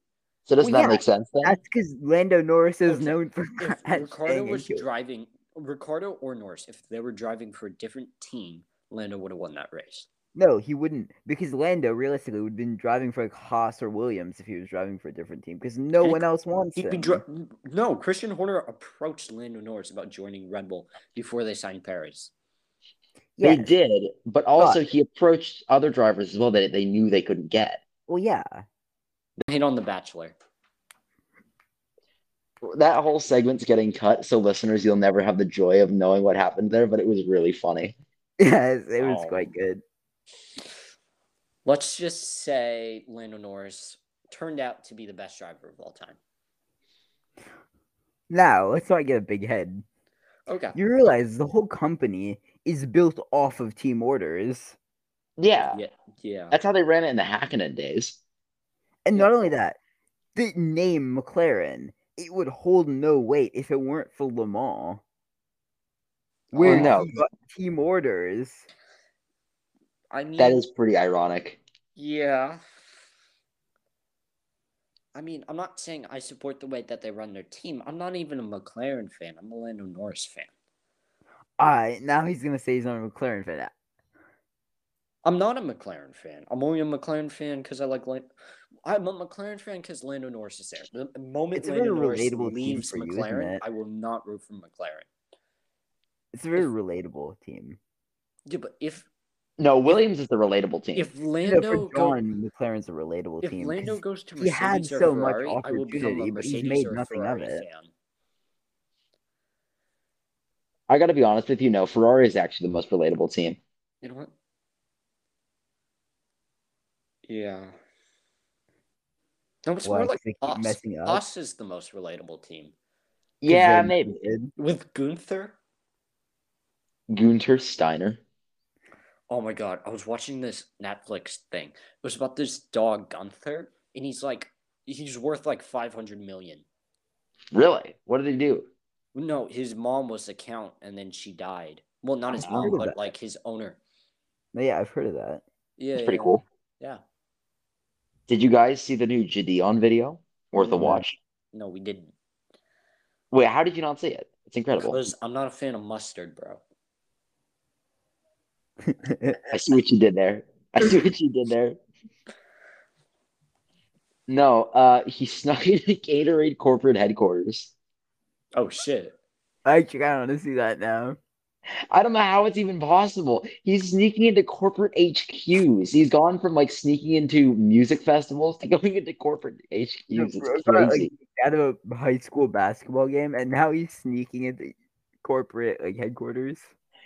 Speaker 3: So doesn't
Speaker 1: Well,
Speaker 3: that
Speaker 1: yeah,
Speaker 3: make sense then?
Speaker 1: That's because Lando Norris is
Speaker 2: Okay,
Speaker 1: known *laughs* for
Speaker 2: if
Speaker 1: that
Speaker 2: Ricardo
Speaker 1: thing
Speaker 2: was
Speaker 1: into it.
Speaker 2: driving, Ricardo or Norris, if they were driving for a different team, Lando would have won that race.
Speaker 1: No, he wouldn't because Lando realistically would have been driving for like Haas or Williams if he was driving for a different team because no
Speaker 2: He'd-
Speaker 1: one else wants
Speaker 2: He'd be
Speaker 1: him.
Speaker 2: dri- no. Christian Horner approached Lando Norris about joining Red Bull before they signed Paris.
Speaker 1: yeah,
Speaker 3: They did, but also he approached other drivers as well that they knew they couldn't get.
Speaker 1: well, yeah, *laughs*
Speaker 2: Hit on the Bachelor.
Speaker 3: That whole segment's getting cut, so listeners, you'll never have the joy of knowing what happened there, but it was really funny.
Speaker 1: yes, it was
Speaker 2: Oh.
Speaker 1: quite good.
Speaker 2: Let's just say Lando Norris turned out to be the best driver of all time.
Speaker 1: Now let's not get a big head.
Speaker 2: Okay.
Speaker 1: You realize the whole company is built off of team orders,
Speaker 3: Yeah,
Speaker 2: Yeah. Yeah.
Speaker 3: that's how they ran it in the Hakkinen days.
Speaker 1: and
Speaker 2: Yeah.
Speaker 1: not only that, the name McLaren it would hold no weight if it weren't for Le Mans.
Speaker 2: Oh,
Speaker 1: Where
Speaker 3: Well, no.
Speaker 1: he got team orders.
Speaker 2: I mean,
Speaker 3: That is pretty ironic.
Speaker 2: Yeah. I mean, I'm not saying I support the way that they run their team. I'm not even a McLaren fan. I'm a Lando Norris fan.
Speaker 1: I now he's gonna say he's not a McLaren fan.
Speaker 2: I'm not a McLaren fan. I'm only a McLaren fan because I like. Lan- I'm a McLaren fan because Lando Norris is there. The moment
Speaker 1: It's a
Speaker 2: Lando
Speaker 1: very
Speaker 2: Norris
Speaker 1: relatable team
Speaker 2: leaves
Speaker 1: for you, isn't
Speaker 2: McLaren,
Speaker 1: it?
Speaker 2: I will not root for McLaren.
Speaker 1: It's a very relatable team.
Speaker 2: Yeah, but if
Speaker 3: No, Williams is the relatable team.
Speaker 2: if
Speaker 1: No,
Speaker 2: Lando
Speaker 1: for
Speaker 2: go,
Speaker 1: John, McLaren's a relatable
Speaker 2: if
Speaker 1: team.
Speaker 2: Lando
Speaker 1: 'cause
Speaker 2: goes to
Speaker 1: he
Speaker 2: Mercedes
Speaker 1: had
Speaker 2: or
Speaker 1: so much
Speaker 2: Ferrari, I will become a
Speaker 1: opportunity, but he's
Speaker 2: Mercedes
Speaker 1: made
Speaker 2: or
Speaker 1: nothing of
Speaker 2: Ferrari
Speaker 1: it.
Speaker 2: fan.
Speaker 3: I got to be honest with you, no, Ferrari is actually the most relatable team.
Speaker 2: You know what? Yeah. No, it's more
Speaker 1: why, 'cause
Speaker 2: like
Speaker 1: they keep
Speaker 2: us.
Speaker 1: messing up. 'cause
Speaker 2: Us is the most relatable team.
Speaker 3: Yeah,
Speaker 1: they're
Speaker 3: maybe.
Speaker 1: good.
Speaker 2: With Gunther?
Speaker 3: Gunter Steiner.
Speaker 2: Oh my god, I was watching this Netflix thing. It was about this dog Gunther, and he's like he's worth like five hundred million.
Speaker 3: Really? What did he do?
Speaker 2: No, his mom was the count and then she died. Well not his
Speaker 3: I've
Speaker 2: mom,
Speaker 3: heard
Speaker 1: of
Speaker 2: but
Speaker 1: that.
Speaker 2: like his owner.
Speaker 1: No, Yeah, I've heard of that.
Speaker 2: Yeah.
Speaker 3: It's pretty
Speaker 2: yeah,
Speaker 3: cool.
Speaker 2: Yeah.
Speaker 3: Did you guys see the new Gideon video? Worth a
Speaker 1: No.
Speaker 3: watch.
Speaker 2: No, we didn't.
Speaker 3: Wait, how did you not see it? It's incredible.
Speaker 2: Because I'm not a fan of mustard, bro.
Speaker 3: I see what you did there. I see what you did
Speaker 1: *laughs*
Speaker 3: there. No, uh, he snuck *laughs* into Gatorade corporate headquarters.
Speaker 2: Oh shit.
Speaker 1: I actually kind of want to see that now.
Speaker 3: I don't know how it's even possible. He's sneaking into corporate HQs. He's gone from like sneaking into music festivals to *laughs* going into corporate HQs. It's
Speaker 1: Bro, like,
Speaker 3: crazy.
Speaker 1: out of a high school basketball game, and now he's sneaking into corporate like headquarters.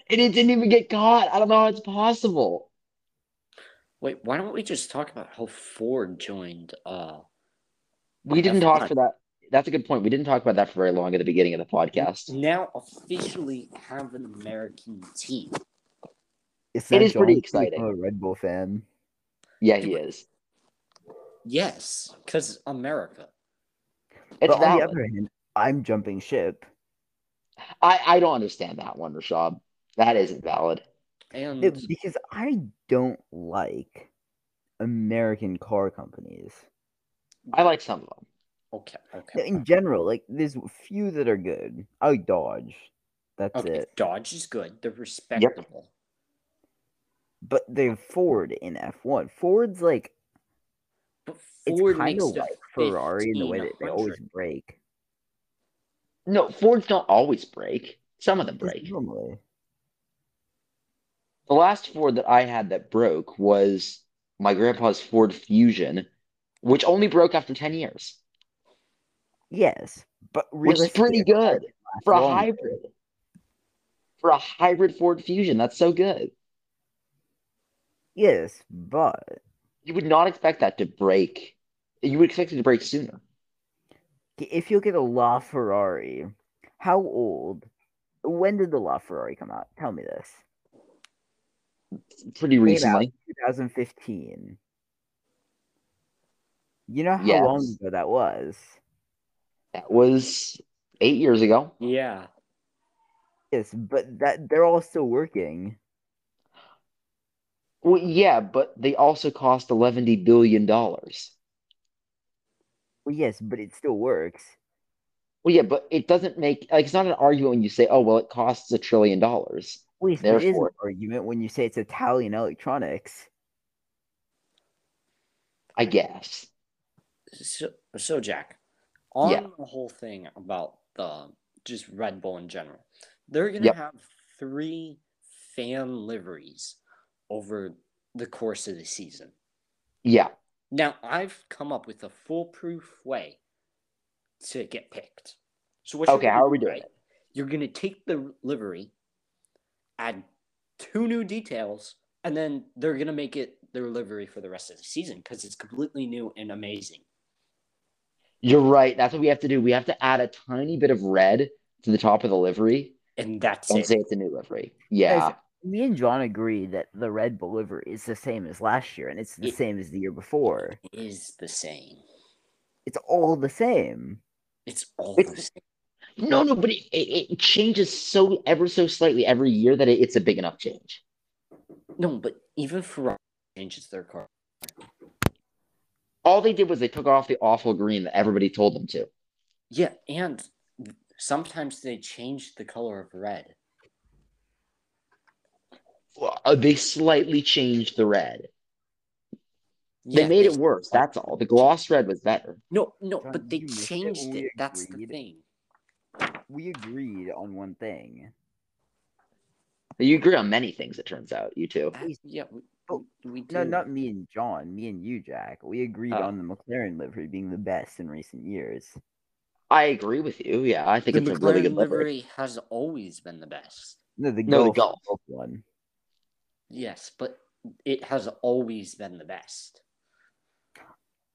Speaker 3: And it didn't even get caught. I don't know how it's possible.
Speaker 2: Wait, why don't we just talk about how Ford joined? Uh,
Speaker 3: We didn't
Speaker 2: That's
Speaker 3: talk
Speaker 2: fine.
Speaker 3: for that. That's a good point. We didn't talk about that for very long at the beginning of the podcast.
Speaker 2: now officially have an American team.
Speaker 3: It is pretty
Speaker 1: Essential.
Speaker 3: exciting.
Speaker 1: I'm a Red Bull fan.
Speaker 3: Yeah, he is.
Speaker 2: Yes, because America.
Speaker 3: It's
Speaker 1: but on the
Speaker 3: valid.
Speaker 1: other hand, I'm jumping ship.
Speaker 3: I, I don't understand that one, Rashad. That isn't valid.
Speaker 2: And
Speaker 3: Mm.
Speaker 1: No, because I don't like American car companies
Speaker 3: I like some of them.
Speaker 2: okay, okay,
Speaker 1: in general. Like, there's few that are good. I like Dodge. That's
Speaker 2: okay.
Speaker 1: it.
Speaker 2: Dodge is good. They're respectable.
Speaker 1: But they're Ford in F1. Ford's like
Speaker 2: But
Speaker 1: it's
Speaker 2: Ford
Speaker 1: kind
Speaker 2: makes
Speaker 1: of
Speaker 2: the
Speaker 1: like Ferrari in the way that they
Speaker 2: 1500.
Speaker 1: always break.
Speaker 3: No, Fords don't always break. Some of them break.
Speaker 1: Normally,
Speaker 3: The last Ford that I had that broke was my grandpa's Ford Fusion, which only broke after 10 years,
Speaker 1: yes, but
Speaker 3: which is
Speaker 1: realistically,
Speaker 3: pretty good
Speaker 1: that's
Speaker 3: for a
Speaker 1: long.
Speaker 3: hybrid. For a hybrid Ford Fusion, that's so good.
Speaker 1: Yes, but
Speaker 3: You would not expect that to break. You would expect it to break sooner.
Speaker 1: if you look at a LaFerrari, how old? When did the LaFerrari come out? Tell me this.
Speaker 3: Pretty
Speaker 1: Came out
Speaker 3: recently.
Speaker 1: 2015. You know how
Speaker 3: Yes.
Speaker 1: long ago that was?
Speaker 3: That was eight years ago.
Speaker 2: Yeah.
Speaker 1: Yes, but that they're all still working.
Speaker 3: Well, yeah, but they also cost $11 billion. Well,
Speaker 1: Well, yes, but it still works.
Speaker 3: yeah, but it doesn't make, like, it's not an argument when you say, oh, well, it costs a trillion dollars.
Speaker 1: Well, yes, but it is an
Speaker 3: Therefore-
Speaker 1: argument when you say it's Italian electronics.
Speaker 3: I guess.
Speaker 2: So, so Jack, on
Speaker 3: Yeah.
Speaker 2: the whole thing about the just Red Bull in general, they're gonna
Speaker 3: Yep.
Speaker 2: have three fan liveries over the course of the season.
Speaker 3: Yeah.
Speaker 2: Now, I've come up with a foolproof way to get picked. So what? you're
Speaker 3: Okay,
Speaker 2: gonna
Speaker 3: how are
Speaker 2: do,
Speaker 3: we doing
Speaker 2: right, You're gonna take the livery, add two new details, and then they're gonna make it their livery for the rest of the season because it's completely new and amazing.
Speaker 3: You're right. That's what we have to do. We have to add a tiny bit of red to the top of the livery
Speaker 2: And that's
Speaker 3: and
Speaker 2: it.
Speaker 3: say it's a new livery. Yeah.
Speaker 1: Me and John agree that the Red Bull livery is the same as last year, and it's the
Speaker 2: It-
Speaker 1: same as the year before.
Speaker 2: is the same.
Speaker 1: It's all the same.
Speaker 2: It's all the
Speaker 3: It's-
Speaker 2: same.
Speaker 3: No, no, but it, it, it changes so ever so slightly every year that it, it's a big enough change.
Speaker 2: No, but even Ferrari changes their car.
Speaker 3: All they did was they took off the awful green that everybody told them to.
Speaker 2: Yeah, and sometimes they change the color of red.
Speaker 3: Well, uh, They slightly changed the red. They
Speaker 2: Yeah,
Speaker 3: made it worse. That's all. The gloss red was better.
Speaker 2: No, no,
Speaker 1: John,
Speaker 2: but they
Speaker 1: you missed it
Speaker 2: changed
Speaker 1: when
Speaker 2: it.
Speaker 1: we
Speaker 2: That's the
Speaker 1: agreed.
Speaker 2: thing.
Speaker 1: We agreed on one thing.
Speaker 3: You agree on many things, it turns out, you two.
Speaker 2: That- yeah, we,
Speaker 1: Oh,
Speaker 2: we- we do.
Speaker 1: No, not me and John, me and you, Jack. We agreed
Speaker 3: Oh.
Speaker 1: on the McLaren livery being the best in recent years.
Speaker 3: I agree with you. Yeah, I think
Speaker 2: the
Speaker 3: it's
Speaker 2: McLaren
Speaker 3: a really good livery.
Speaker 2: livery has always been the best.
Speaker 1: No, the
Speaker 3: No, the
Speaker 1: Gulf,
Speaker 3: Gulf.
Speaker 1: Gulf one.
Speaker 2: Yes, but it has always been the best.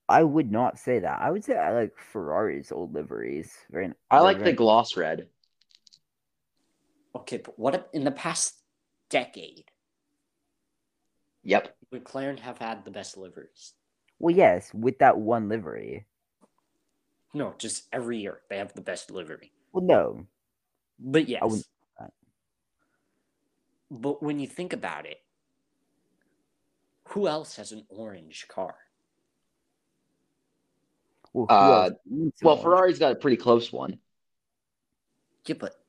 Speaker 1: I would not say that. I would say I like Ferrari's old liveries. Very,
Speaker 3: I
Speaker 1: they're
Speaker 3: like the
Speaker 1: very-
Speaker 3: gloss red.
Speaker 2: Okay, but what if- in the past decade,
Speaker 3: Yep.
Speaker 2: McLaren have had the best liveries?
Speaker 1: Well, yes, with that one livery.
Speaker 2: No, just every year they have the best livery.
Speaker 1: Well, no,
Speaker 2: But yes.
Speaker 1: wouldn't that.
Speaker 2: But when you think about it, who else has an orange car?
Speaker 1: Well, who
Speaker 3: Uh,
Speaker 1: else needs
Speaker 3: Well,
Speaker 1: one?
Speaker 3: Ferrari's got a pretty close one.
Speaker 2: Yeah, but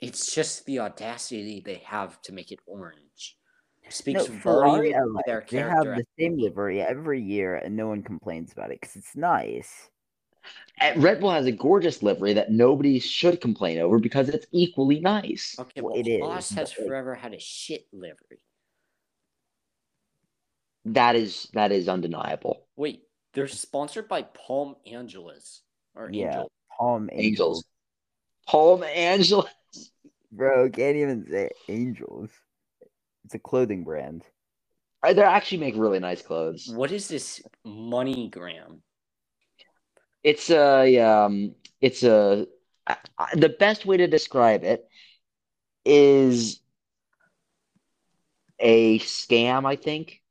Speaker 2: it's just the audacity they have to make it orange.
Speaker 1: No,
Speaker 2: Speaks
Speaker 1: Ferrari.
Speaker 2: volume
Speaker 1: I
Speaker 2: to
Speaker 1: like.
Speaker 2: their
Speaker 1: They have
Speaker 2: character.
Speaker 1: the same livery every year, and no one complains about it because it's nice.
Speaker 3: And Red Bull has a gorgeous livery that nobody should complain over because it's equally nice.
Speaker 2: Okay,
Speaker 1: Well,
Speaker 2: well,
Speaker 1: it
Speaker 2: Haas
Speaker 1: is,
Speaker 2: has
Speaker 1: but-
Speaker 2: forever had a shit livery.
Speaker 3: That is that is undeniable.
Speaker 2: Wait, they're sponsored by Palm Angeles or
Speaker 1: Yeah.
Speaker 2: Angel.
Speaker 1: Palm
Speaker 3: Angels. Palm Angela.
Speaker 1: Bro, can't even say angels. It's a clothing brand.
Speaker 3: uh, They actually make really nice clothes.
Speaker 2: What is this MoneyGram?
Speaker 3: It's a um, it's a I- I- the best way to describe it is a scam, I think.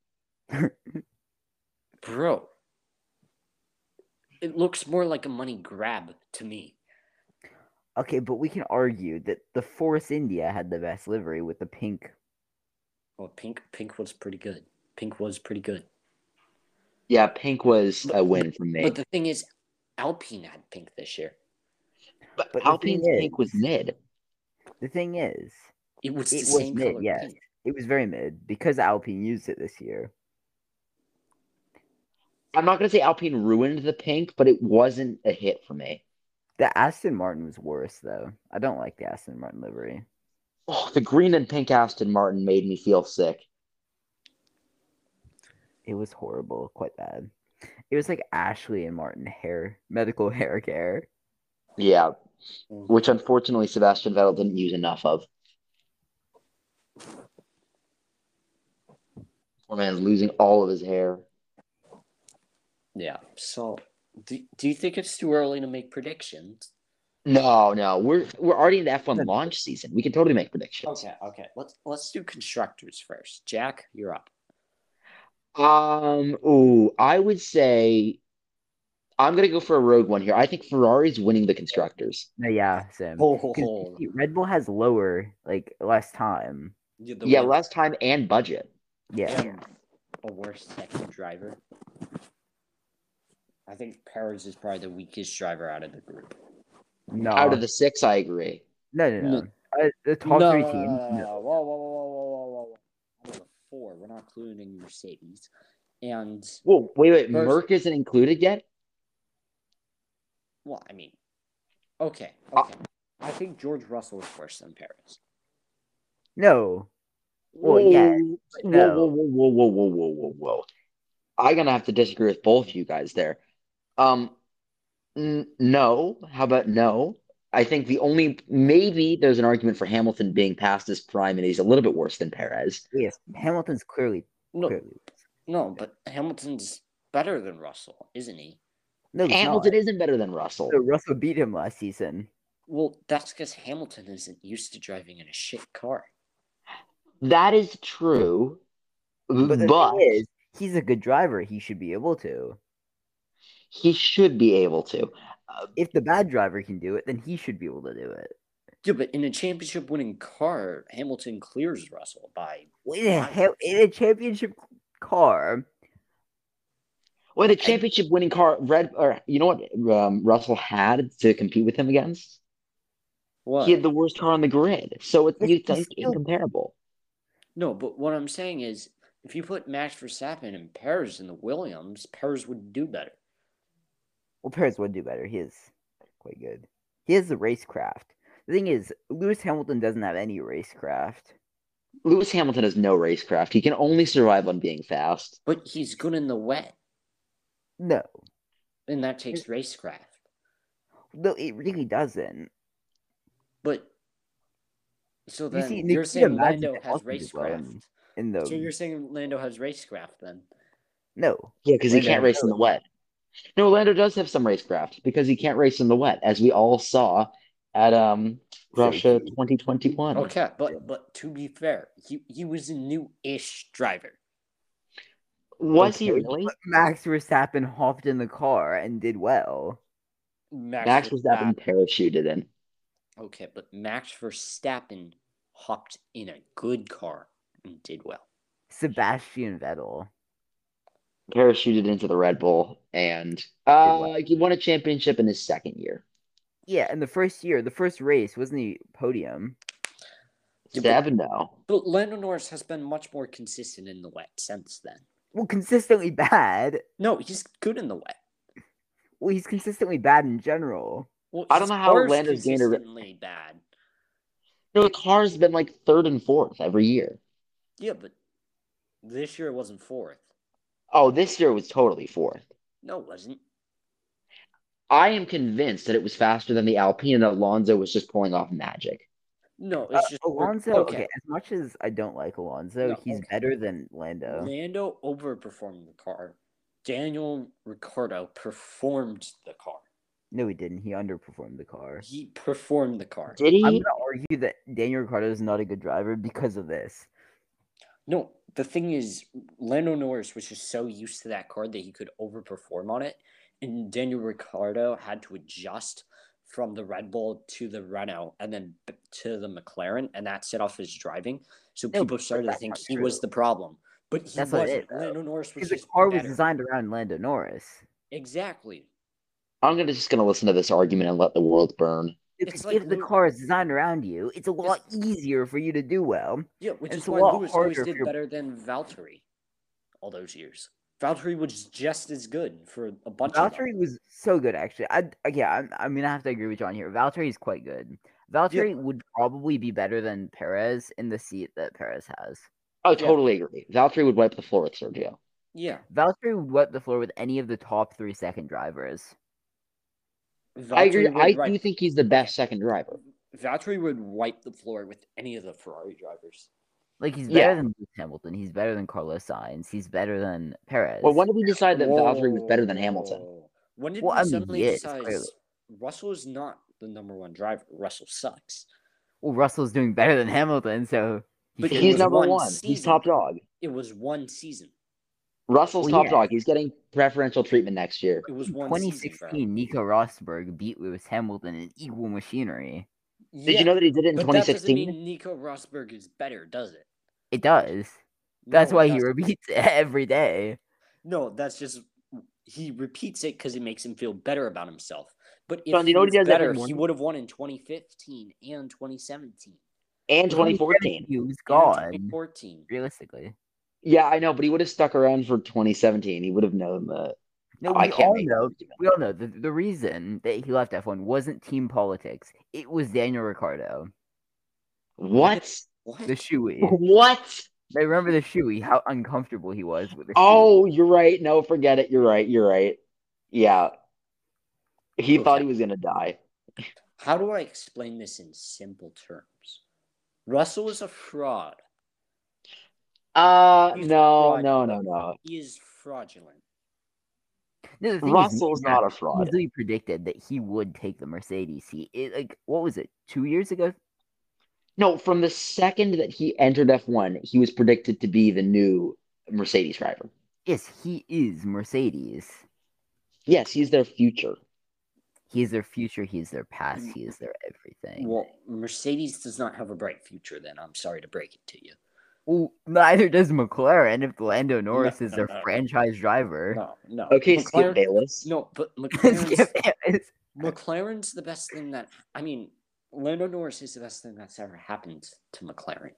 Speaker 2: Bro, it looks more like a money grab to me.
Speaker 1: Okay, but we can argue that the Force India had the best livery with the pink.
Speaker 2: Well, pink, pink was pretty good. Pink was pretty good.
Speaker 3: Yeah, pink was a win for me.
Speaker 2: But the thing is, Alpine had pink this year.
Speaker 3: But
Speaker 1: but the
Speaker 3: Alpine's
Speaker 1: thing
Speaker 3: pink was
Speaker 1: is-
Speaker 3: mid.
Speaker 1: The thing is,
Speaker 2: It was the
Speaker 1: It was
Speaker 2: same
Speaker 1: mid,
Speaker 2: color
Speaker 1: yes.
Speaker 2: pink.
Speaker 1: it was very mid because Alpine used it this year.
Speaker 3: I'm not gonna say Alpine ruined the pink, but it wasn't a hit for me.
Speaker 1: The Aston Martin was worse though. I don't like the Aston Martin livery.
Speaker 3: Oh, the green and pink Aston Martin made me feel sick.
Speaker 1: It was horrible, quite bad. It was like Ashley and Martin hair, medical *laughs* hair care.
Speaker 3: Yeah,
Speaker 2: Mm.
Speaker 3: which unfortunately Sebastian Vettel didn't use enough of. Poor man's losing all of his hair.
Speaker 2: Yeah. So, do, do you think it's too early to make predictions?
Speaker 3: No, no, we're we're already in the
Speaker 2: *laughs*
Speaker 3: F1 launch season. We can totally make predictions.
Speaker 2: Okay, okay. Let's let's do constructors first. Jack, you're up.
Speaker 3: Um, ooh, I would say I'm gonna go for a rogue one here. I think Ferrari's winning the constructors.
Speaker 1: No, yeah, Sam.
Speaker 2: Oh,
Speaker 1: 'Cause you see, Red Bull has lower, like less time.
Speaker 2: yeah,
Speaker 3: yeah, last time and budget.
Speaker 1: Yeah.
Speaker 2: a worse second driver. I think Perez is probably the weakest driver out of the group.
Speaker 1: No.
Speaker 2: Uh-huh.
Speaker 3: Out of the six, I agree.
Speaker 1: no, no, no.
Speaker 2: No.
Speaker 1: Uh, the top three teams. no.
Speaker 2: Whoa, whoa, whoa, whoa, whoa, whoa, whoa. Out of the four, we're not including Mercedes. And
Speaker 3: Whoa, wait, wait,
Speaker 2: First-
Speaker 3: Merck isn't included yet?
Speaker 2: well, I mean, okay, okay. I think George Russell is worse than Perez.
Speaker 1: No. Well, yeah,
Speaker 3: Whoa,
Speaker 1: but
Speaker 3: whoa,
Speaker 1: no.
Speaker 3: whoa, whoa, whoa, whoa, whoa, whoa, whoa. I'm gonna have to disagree with both of you guys there. Um, n- no. How about no? I think the only maybe there's an argument for Hamilton being past his prime and he's a little bit worse than Perez.
Speaker 1: Yes, Hamilton's clearly
Speaker 2: No,
Speaker 1: clearly.
Speaker 2: no, but Hamilton's better than Russell, isn't he?
Speaker 1: No, he's
Speaker 3: Hamilton
Speaker 1: not.
Speaker 3: isn't better than Russell.
Speaker 1: So Russell beat him last season.
Speaker 2: Well, that's because Hamilton isn't used to driving in a shit car.
Speaker 3: That is true,
Speaker 1: But
Speaker 3: but,
Speaker 1: the thing is, he's a good driver. He should be able to.
Speaker 3: he should be able to.
Speaker 1: If the bad driver can do it, then he should be able to do it.
Speaker 2: Yeah, but in a championship winning car, Hamilton clears Russell by
Speaker 1: Well, In a, hell- in a championship car,
Speaker 3: Well, the championship winning car, Red, or you know what um, Russell had to compete with him against?
Speaker 2: what?
Speaker 3: He had the worst car on the grid. So it's
Speaker 1: But
Speaker 3: you
Speaker 1: he's
Speaker 3: think
Speaker 1: still-
Speaker 3: incomparable.
Speaker 2: No, but what I'm saying is if you put Max Verstappen and Perez in the Williams, Perez would do better.
Speaker 1: well, Perez would do better. He is quite good. He has the racecraft. The thing is, Lewis Hamilton doesn't have any racecraft.
Speaker 3: Lewis Hamilton has no racecraft. He can only survive on being fast.
Speaker 2: But he's good in the wet,
Speaker 1: No,
Speaker 2: and that takes racecraft.
Speaker 1: no, it really doesn't.
Speaker 2: But so then
Speaker 1: see,
Speaker 2: you are
Speaker 1: Nikita
Speaker 2: saying
Speaker 1: Mazepin
Speaker 2: Lando has
Speaker 1: also did well
Speaker 2: racecraft.
Speaker 1: in- In the
Speaker 2: So you're saying Lando has racecraft then?
Speaker 1: no,
Speaker 3: Yeah, because he
Speaker 1: Lando
Speaker 3: can't
Speaker 1: has
Speaker 3: race in the wet. No, Lando does have some racecraft because he can't race in the wet, as we all saw at um, Russia
Speaker 1: Safety.
Speaker 3: 2021.
Speaker 2: Okay,
Speaker 1: Yeah.
Speaker 2: but but to be fair, he, he was a new-ish driver.
Speaker 3: Was he
Speaker 1: Okay,
Speaker 3: really?
Speaker 1: but Max Verstappen hopped in the car and did well.
Speaker 3: Max Verstappen parachuted in.
Speaker 2: Okay, but Max Verstappen hopped in a good car and did well.
Speaker 1: Sebastian Vettel.
Speaker 3: parachuted into the Red Bull and uh, he won a championship in his second year.
Speaker 1: Yeah, in the first year, the first race, wasn't he podium?
Speaker 2: Yeah, but-
Speaker 3: Seven though.
Speaker 2: But Lando Norris has been much more consistent in the wet since then.
Speaker 1: Well, consistently bad.
Speaker 2: No, he's good in the wet.
Speaker 1: Well, he's consistently bad in general.
Speaker 2: Well,
Speaker 3: I don't know how
Speaker 2: Carr's
Speaker 3: Orlando's gained a-
Speaker 2: consistently bad.
Speaker 3: You know, Carr's been like third and fourth every year.
Speaker 2: Yeah, but this year it wasn't fourth.
Speaker 3: Oh, this year was totally fourth.
Speaker 2: No, it wasn't.
Speaker 3: I am convinced that it was faster than the Alpine and Alonso was just pulling off magic.
Speaker 2: No, it's
Speaker 1: Uh,
Speaker 2: just
Speaker 1: Alonso, okay. as much as I don't like Alonso,
Speaker 2: No,
Speaker 1: he's
Speaker 2: okay.
Speaker 1: better than Lando.
Speaker 2: Lando overperformed the car. Daniel Ricciardo performed the car.
Speaker 1: No, he didn't. He underperformed the car.
Speaker 2: He performed the car.
Speaker 3: Did
Speaker 1: I'm
Speaker 3: he?
Speaker 1: gonna argue that Daniel Ricciardo is not a good driver because of this.
Speaker 2: No, the thing is, Lando Norris was just so used to that car that he could overperform on it, and Daniel Ricciardo had to adjust from the Red Bull to the Renault and then b- to the McLaren, and that set off his driving. So
Speaker 1: No,
Speaker 2: people
Speaker 1: but
Speaker 2: started to
Speaker 1: that's
Speaker 2: think
Speaker 1: not
Speaker 2: he was
Speaker 1: true.
Speaker 2: the problem, but he
Speaker 1: That's not
Speaker 2: wasn't.
Speaker 1: it, though.
Speaker 2: Lando Norris was
Speaker 1: Because the
Speaker 2: just
Speaker 1: car was
Speaker 2: better.
Speaker 1: designed around Lando Norris.
Speaker 2: exactly.
Speaker 3: I'm gonna just gonna listen to this argument and let the world burn.
Speaker 1: Because
Speaker 2: It's like
Speaker 1: if the
Speaker 2: Lew-
Speaker 1: car is designed around you, it's a lot easier for you to do well.
Speaker 2: Yeah, which
Speaker 1: And
Speaker 2: is
Speaker 1: it's a
Speaker 2: why
Speaker 1: lot
Speaker 2: Lewis always
Speaker 1: harder if
Speaker 2: did
Speaker 1: you're-
Speaker 2: better than Valtteri all those years. Valtteri was just as good for a bunch of them.
Speaker 1: Valtteri was so good, actually. I yeah, I'm, I'm gonna have to agree with John here. Valtteri is quite good. Valtteri would probably be better than Perez in the seat that Perez has.
Speaker 3: Oh,
Speaker 2: Yeah.
Speaker 3: totally agree. Valtteri would wipe the floor with Sergio.
Speaker 2: Yeah.
Speaker 1: Valtteri would wipe the floor with any of the top three second drivers.
Speaker 3: I agree.
Speaker 2: Valtteri would
Speaker 3: I
Speaker 2: ride-
Speaker 3: do think he's the best second driver.
Speaker 2: Valtteri would wipe the floor with any of the Ferrari drivers.
Speaker 1: Like he's better
Speaker 3: Yeah.
Speaker 1: than Lewis Hamilton. He's better than Carlos Sainz. He's better than Perez.
Speaker 3: Well, when did we decide that Valtteri was better than
Speaker 2: Whoa.
Speaker 3: Hamilton?
Speaker 2: When did
Speaker 1: Well,
Speaker 2: we
Speaker 1: I mean,
Speaker 2: suddenly
Speaker 1: yes,
Speaker 2: decide
Speaker 1: clearly.
Speaker 2: Russell is not the number one driver? Russell sucks.
Speaker 1: well, Russell's doing better than Hamilton, so he
Speaker 2: But
Speaker 1: should
Speaker 2: he
Speaker 1: be-
Speaker 3: He's
Speaker 2: was
Speaker 3: number
Speaker 2: one
Speaker 3: one. He's
Speaker 2: season.
Speaker 3: top dog.
Speaker 2: It was one season.
Speaker 3: Russell's
Speaker 1: Well,
Speaker 3: top
Speaker 1: yeah.
Speaker 3: dog. He's getting preferential treatment next year.
Speaker 2: It was
Speaker 1: in
Speaker 2: one season. bro.
Speaker 1: 2016. Nico Rosberg beat Lewis Hamilton in equal machinery.
Speaker 3: Did
Speaker 2: Yeah,
Speaker 3: you know that he did it in
Speaker 2: but that doesn't
Speaker 3: 2016?
Speaker 2: mean Nico Rosberg is better, does it?
Speaker 1: It does.
Speaker 2: No,
Speaker 1: That's
Speaker 2: it
Speaker 1: why he
Speaker 2: doesn't.
Speaker 1: repeats *laughs* it every day.
Speaker 2: No, that's just he repeats it because it makes him feel better about himself. But if
Speaker 3: John, do
Speaker 2: he
Speaker 3: you know what
Speaker 2: was
Speaker 3: he does every
Speaker 2: better, he
Speaker 3: morning?
Speaker 2: would have won in 2015 and 2017
Speaker 3: And 2014.
Speaker 1: He was
Speaker 2: and
Speaker 1: gone.
Speaker 2: 2014.
Speaker 1: Realistically,
Speaker 3: Yeah, I know, but he would have stuck around for 2017. He would have known that.
Speaker 1: no,
Speaker 3: I
Speaker 1: we
Speaker 3: can't
Speaker 1: all
Speaker 3: make that
Speaker 1: know.
Speaker 3: argument.
Speaker 1: We all know the, the reason that he left F1 wasn't team politics. It was Daniel Ricciardo,
Speaker 3: What?
Speaker 2: What?
Speaker 1: the
Speaker 3: *laughs* Oh.
Speaker 1: shoey.
Speaker 3: What?
Speaker 1: I remember the shoey, how uncomfortable he was with the shoey.
Speaker 3: Oh, you're right. No, forget it. You're right. You're right. Yeah. He
Speaker 2: Okay.
Speaker 3: thought he was going to die.
Speaker 2: How do I explain this in simple terms? Russell is a fraud.
Speaker 3: Uh,
Speaker 2: He's
Speaker 3: no,
Speaker 2: fraudulent.
Speaker 3: no, no, no.
Speaker 2: He is fraudulent.
Speaker 1: No, the thing is,
Speaker 3: Russell's
Speaker 1: Mick
Speaker 3: not a fraud.
Speaker 1: easily predicted that he would take the Mercedes seat. It, like what was it? Two years ago?
Speaker 3: No, from the second that he entered F1, he was predicted to be the new Mercedes driver.
Speaker 1: Yes, he is Mercedes.
Speaker 3: Yes, he's their future.
Speaker 1: He is their future. He is their past. He is their everything.
Speaker 2: Well, Mercedes does not have a bright future. Then I'm sorry to break it to you.
Speaker 1: Well, neither does McLaren if Lando Norris is
Speaker 2: no,
Speaker 1: their
Speaker 2: no.
Speaker 1: franchise driver.
Speaker 2: No, no.
Speaker 3: Okay, Skip
Speaker 2: McLaren,
Speaker 3: Bayless.
Speaker 2: no, *laughs* but
Speaker 1: Skip *laughs*
Speaker 2: McLaren's,
Speaker 1: Harris.
Speaker 2: McLaren's the best thing that I mean. Lando Norris is the best thing that's ever happened to McLaren.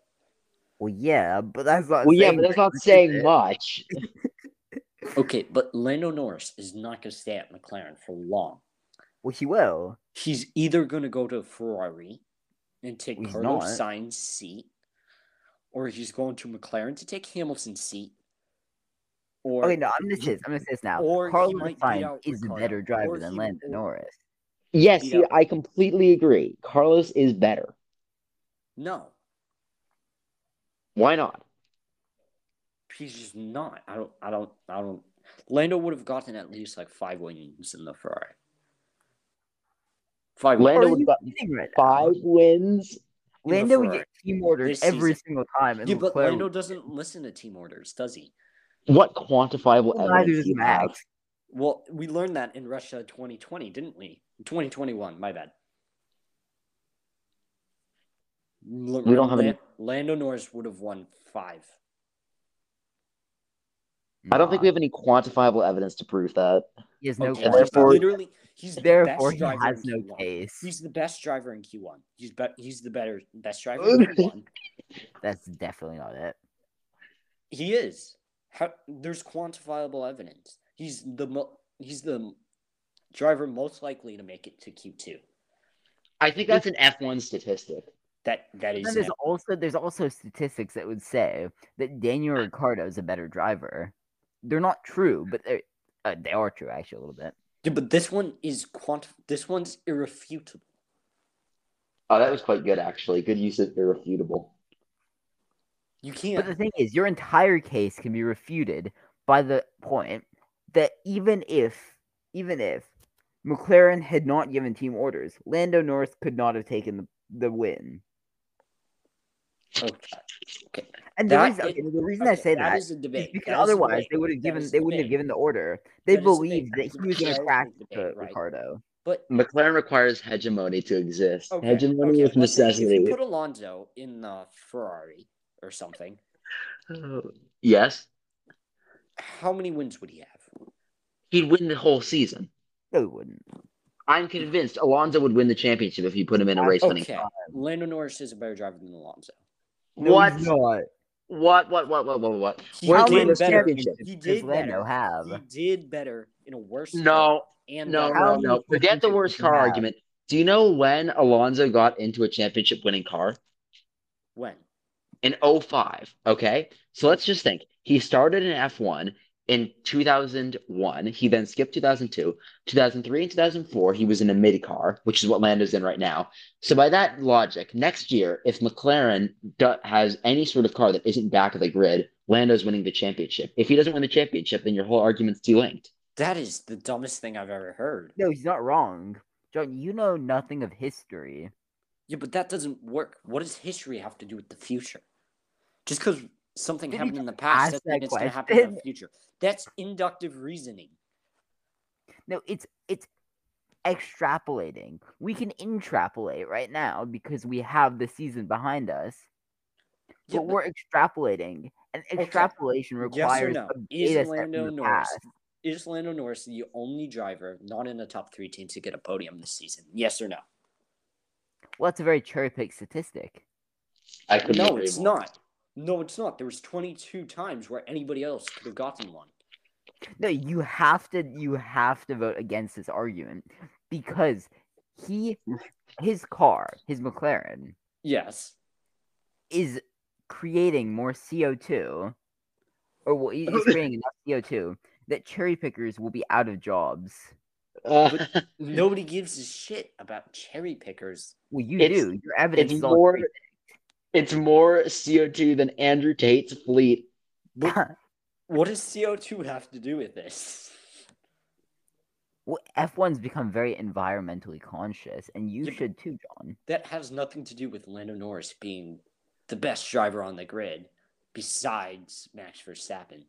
Speaker 1: well, yeah, but that's not.
Speaker 3: Well, yeah,
Speaker 1: saying
Speaker 3: but that's
Speaker 1: very
Speaker 3: not
Speaker 1: much, is
Speaker 3: saying
Speaker 1: it?
Speaker 3: much.
Speaker 2: Okay, but Lando Norris is not going to stay at McLaren for long.
Speaker 1: Well, he will.
Speaker 2: He's either going to go to Ferrari and take
Speaker 1: He's
Speaker 2: Carlos
Speaker 1: not.
Speaker 2: Sainz's seat, or he's going to McLaren to take Hamilton's seat, or
Speaker 1: Okay, no, I'm gonna say this. I'm gonna say this now.
Speaker 2: or he
Speaker 1: Carlos
Speaker 2: might beat
Speaker 1: Sainz
Speaker 2: out
Speaker 1: is a
Speaker 2: Ricciardo,
Speaker 1: better driver
Speaker 2: or
Speaker 1: than
Speaker 2: he-
Speaker 1: Lando
Speaker 2: or-
Speaker 1: Norris.
Speaker 3: Yes,
Speaker 2: Beat
Speaker 3: see,
Speaker 2: up.
Speaker 3: I completely agree. Carlos is better.
Speaker 2: no,
Speaker 3: Why not?
Speaker 2: he's just not. I don't. I don't. I don't. Lando would have gotten at least like five wins in the Ferrari. Five.
Speaker 3: Lando
Speaker 1: Are
Speaker 3: would
Speaker 1: you
Speaker 3: got
Speaker 1: kidding right now?
Speaker 3: five wins.
Speaker 2: in the
Speaker 1: Lando would
Speaker 2: Ferrari
Speaker 1: get team ordered
Speaker 2: this
Speaker 1: every
Speaker 2: season.
Speaker 1: single time, and
Speaker 2: Yeah, but
Speaker 1: Leclerc
Speaker 2: Lando doesn't listen to team orders, does he?
Speaker 3: What quantifiable
Speaker 1: Well, neither
Speaker 3: evidence
Speaker 1: does
Speaker 3: do you have?
Speaker 1: Max.
Speaker 2: Well, we learned that in Russia 2020, didn't we? 2021, my bad.
Speaker 3: We don't have any-
Speaker 2: Lando Norris would have won five.
Speaker 3: I don't think we
Speaker 1: Nah,
Speaker 3: have any quantifiable evidence to prove that.
Speaker 1: he has no.
Speaker 2: Okay,
Speaker 3: And
Speaker 1: qualifier.
Speaker 2: he's
Speaker 3: therefore-
Speaker 2: literally, he's the
Speaker 1: Therefore,
Speaker 2: best
Speaker 1: he
Speaker 2: driver
Speaker 1: has
Speaker 2: in
Speaker 1: no
Speaker 2: Q1.
Speaker 1: case.
Speaker 2: He's the best driver in Q1. He's be- he's the better best driver in Q1.
Speaker 1: That's definitely not it.
Speaker 2: He is. How, there's quantifiable evidence. He's the mo- he's the driver most likely to make it to Q2.
Speaker 3: I think that's an F1 statistic.
Speaker 2: That that is
Speaker 1: And there's also there's also statistics that would say that Daniel Ricciardo is a better driver. They're not true, but they uh, they are true actually a little bit.
Speaker 2: Yeah, but this one is quant. This one's irrefutable.
Speaker 3: Oh, that was quite good, actually. Good use of irrefutable.
Speaker 2: You
Speaker 1: But the
Speaker 2: can't.
Speaker 1: thing is, your entire case can be refuted by the point that even if even if McLaren had not given team orders, Lando Norris could not have taken the, the win.
Speaker 2: Okay.
Speaker 1: And the
Speaker 2: That
Speaker 1: reason,
Speaker 2: is-
Speaker 1: okay, the reason I
Speaker 2: Okay,
Speaker 1: say that
Speaker 2: that is a
Speaker 1: is
Speaker 2: debate.
Speaker 1: because
Speaker 2: That is a
Speaker 1: otherwise
Speaker 2: debate.
Speaker 1: they would have
Speaker 2: That
Speaker 1: given
Speaker 2: is a
Speaker 1: they wouldn't have
Speaker 2: debate.
Speaker 1: given the order. They
Speaker 2: That is a
Speaker 1: believed that
Speaker 2: debate.
Speaker 1: he was
Speaker 2: That
Speaker 1: going
Speaker 2: is
Speaker 1: to
Speaker 2: a
Speaker 1: crash
Speaker 2: debate,
Speaker 1: to
Speaker 2: right.
Speaker 1: Ricardo.
Speaker 2: But
Speaker 3: McLaren requires hegemony to exist.
Speaker 2: okay,
Speaker 3: hegemony
Speaker 2: okay,
Speaker 3: is
Speaker 2: let's say If
Speaker 3: necessity.
Speaker 2: you put Alonso in the Ferrari or something,
Speaker 3: Uh, yes,
Speaker 2: how many wins would he have?
Speaker 3: he'd win the whole season.
Speaker 1: No, he wouldn't.
Speaker 3: I'm convinced Alonso would win the championship if you put him in a race winning.
Speaker 2: Okay, Lando Norris is a better driver than Alonso.
Speaker 1: No,
Speaker 3: What?
Speaker 1: he's not.
Speaker 3: What? What? What? What? What? What?
Speaker 2: He
Speaker 3: Where
Speaker 1: How
Speaker 2: did
Speaker 3: can
Speaker 1: many
Speaker 3: this
Speaker 2: better.
Speaker 3: championship?
Speaker 1: championships
Speaker 2: He
Speaker 1: does
Speaker 2: did
Speaker 1: Lando
Speaker 2: better.
Speaker 1: have?
Speaker 2: He did better in a worse. car
Speaker 3: No,
Speaker 2: and
Speaker 3: no,
Speaker 2: better.
Speaker 1: How
Speaker 3: no,
Speaker 1: many
Speaker 3: no. Forget the
Speaker 1: championships
Speaker 3: worst
Speaker 1: does he
Speaker 3: car
Speaker 1: have?
Speaker 3: argument. Do you know when Alonso got into a championship winning car?
Speaker 2: when
Speaker 3: in 05 okay so let's just think he started in f1 in 2001 he then skipped 2002 2003 and 2004 he was in a mid car which is what lando's in right now so by that logic next year if mclaren do- has any sort of car that isn't back of the grid lando's winning the championship if he doesn't win the championship then your whole argument's delinked
Speaker 2: that is the dumbest thing I've ever heard.
Speaker 1: No, he's not wrong. John, you know nothing of history.
Speaker 2: Yeah, but that doesn't work. What does history have to do with the future? Just because something
Speaker 1: Did he
Speaker 2: happened in the
Speaker 1: ask
Speaker 2: past doesn't mean
Speaker 1: that
Speaker 2: it's going to happen in the
Speaker 1: question?
Speaker 2: future. That's inductive reasoning.
Speaker 1: No, it's it's extrapolating. We can intrapolate right now because we have the season behind us. *laughs* But
Speaker 2: Yeah, but
Speaker 1: we're extrapolating, and
Speaker 2: Okay.
Speaker 1: extrapolation requires
Speaker 2: no?
Speaker 1: some
Speaker 2: Is
Speaker 1: data set
Speaker 2: Lando
Speaker 1: from the
Speaker 2: Norris-
Speaker 1: past.
Speaker 2: is Lando Norris the only driver not in the top three team to get a podium this season? Yes or no?
Speaker 1: Well, that's a very cherry pick statistic.
Speaker 3: i couldn't
Speaker 2: No,
Speaker 3: agree
Speaker 2: it's
Speaker 3: more.
Speaker 2: not. No, it's not. There was 22 times where anybody else could have gotten one.
Speaker 1: No, you have to you have to vote against this argument because he his car, his McLaren,
Speaker 2: Yes.
Speaker 1: is creating more CO2, or well, he-
Speaker 2: *laughs*
Speaker 1: he's creating enough CO2 that cherry pickers will be out of jobs.
Speaker 3: *laughs* Uh,
Speaker 2: Nobody gives a shit about cherry pickers.
Speaker 1: Well, you
Speaker 3: It's-
Speaker 1: do. Your evidence
Speaker 3: it's
Speaker 1: is all
Speaker 3: more
Speaker 1: cherry
Speaker 3: it's more co2 than andrew tate's fleet
Speaker 1: picked.
Speaker 2: *laughs* What does CO2 have to do with this?
Speaker 1: well, F1's become very environmentally conscious, and you
Speaker 2: Yeah, but-
Speaker 1: should too, John.
Speaker 2: That has nothing to do with Lando Norris being the best driver on the grid besides Max Verstappen.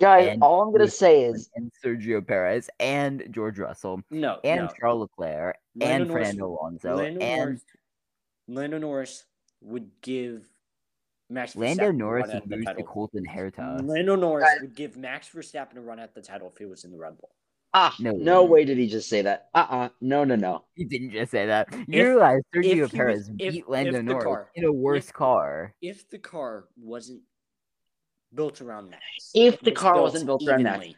Speaker 3: Guys,
Speaker 1: And
Speaker 3: all I'm gonna
Speaker 1: we-
Speaker 3: say is
Speaker 1: And Sergio Perez, and George Russell,
Speaker 2: No,
Speaker 1: and
Speaker 2: no.
Speaker 1: Charles Leclerc,
Speaker 2: Lando
Speaker 1: and
Speaker 2: Norris-
Speaker 1: Fernando Alonso,
Speaker 2: Lando
Speaker 1: and
Speaker 2: Norris, Lando Norris would give Max
Speaker 1: Lando
Speaker 2: Verstappen
Speaker 1: Norris
Speaker 2: a run at
Speaker 1: and
Speaker 2: the
Speaker 1: lose to
Speaker 2: title.
Speaker 1: Colton Herta.
Speaker 2: Lando Norris
Speaker 3: Guys-
Speaker 2: would give Max Verstappen a run at the title if he was in the Red Bull.
Speaker 3: ah,
Speaker 1: No,
Speaker 2: *laughs*
Speaker 3: no,
Speaker 1: he didn't.
Speaker 3: way did he just say that. Uh uh no, no, no.
Speaker 1: You didn't just say that. You
Speaker 2: If-
Speaker 1: realize
Speaker 2: he
Speaker 1: Sergio
Speaker 2: was-
Speaker 1: Perez
Speaker 2: if-
Speaker 1: beat
Speaker 2: if
Speaker 1: Lando
Speaker 2: the
Speaker 1: Norris
Speaker 2: car-
Speaker 1: in a worse
Speaker 2: if-
Speaker 1: car.
Speaker 2: If the car wasn't built around Max,
Speaker 3: If the
Speaker 2: it was
Speaker 3: car wasn't built around Max.
Speaker 2: evenly.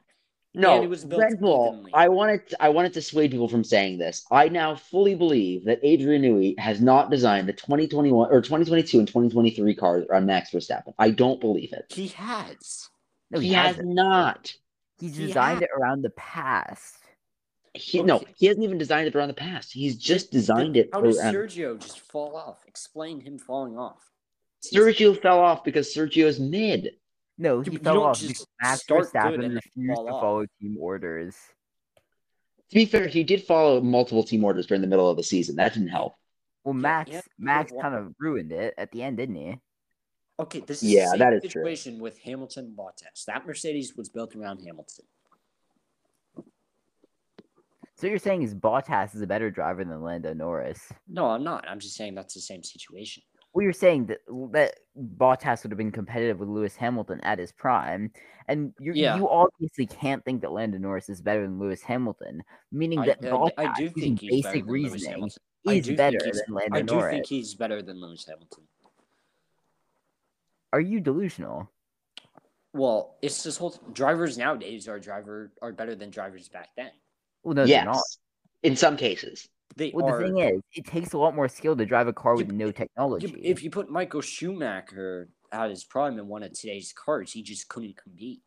Speaker 3: No,
Speaker 2: And it was built
Speaker 3: Red Bull.
Speaker 2: evenly.
Speaker 3: I wanted to, I wanted to sway people from saying this. I now fully believe that Adrian Newey has not designed the 2021 or 2022 and 2023 cars around Max Verstappen. I don't believe it.
Speaker 2: He has.
Speaker 1: No,
Speaker 3: he
Speaker 1: he,
Speaker 3: has
Speaker 1: hasn't.
Speaker 3: not.
Speaker 1: He's
Speaker 2: He
Speaker 1: designed it around the past.
Speaker 3: He no,
Speaker 2: Okay.
Speaker 3: he hasn't even designed it around the past. He's just designed it um,
Speaker 2: How does
Speaker 3: around-
Speaker 2: Sergio just fall off? Explain him falling off.
Speaker 3: Sergio fell off because Sergio's mid.
Speaker 1: No,
Speaker 2: Yeah,
Speaker 1: he
Speaker 2: but you
Speaker 1: fell
Speaker 2: don't
Speaker 1: off
Speaker 2: just
Speaker 1: because Max
Speaker 2: start good and
Speaker 1: Verstappen
Speaker 2: then
Speaker 1: refused
Speaker 2: fall
Speaker 1: to
Speaker 2: off.
Speaker 1: follow team orders.
Speaker 3: To be fair, he did follow multiple team orders during the middle of the season. That didn't help.
Speaker 1: Well,
Speaker 2: Yeah,
Speaker 1: Max
Speaker 2: yeah, you
Speaker 1: Max
Speaker 2: have one-
Speaker 1: kind of ruined it at the end, didn't he?
Speaker 2: Okay, this is
Speaker 3: Yeah,
Speaker 2: the same
Speaker 3: that is true.
Speaker 2: situation with Hamilton and Bottas. That Mercedes was built around Hamilton.
Speaker 1: So you're saying is Bottas is a better driver than Lando Norris?
Speaker 2: No, I'm not. I'm just saying that's the same situation.
Speaker 1: Well, you're saying that that Bottas would have been competitive with Lewis Hamilton at his prime, and you
Speaker 2: Yeah.
Speaker 1: you obviously can't think that Lando Norris is better than Lewis Hamilton, meaning
Speaker 2: I,
Speaker 1: that
Speaker 2: I,
Speaker 1: Bottas,
Speaker 2: I do
Speaker 1: using
Speaker 2: think he's
Speaker 1: basic
Speaker 2: better than Lewis
Speaker 1: reasoning,
Speaker 2: Hamilton. I do
Speaker 1: is
Speaker 2: think
Speaker 1: better
Speaker 2: he's-
Speaker 1: than Lando
Speaker 2: I do
Speaker 1: Norris.
Speaker 2: think he's better than Lewis Hamilton.
Speaker 1: Are you delusional?
Speaker 2: Well, it's this whole drivers nowadays are driver are better than drivers back then.
Speaker 1: Well, no, they're not.
Speaker 3: yes, in some cases.
Speaker 2: They
Speaker 1: Well,
Speaker 2: are.
Speaker 1: the thing is, it takes a lot more skill to drive a car with
Speaker 2: Yeah,
Speaker 1: no
Speaker 2: but-
Speaker 1: technology.
Speaker 2: Yeah, but if you put Michael Schumacher at his prime in one of today's cars, he just couldn't compete.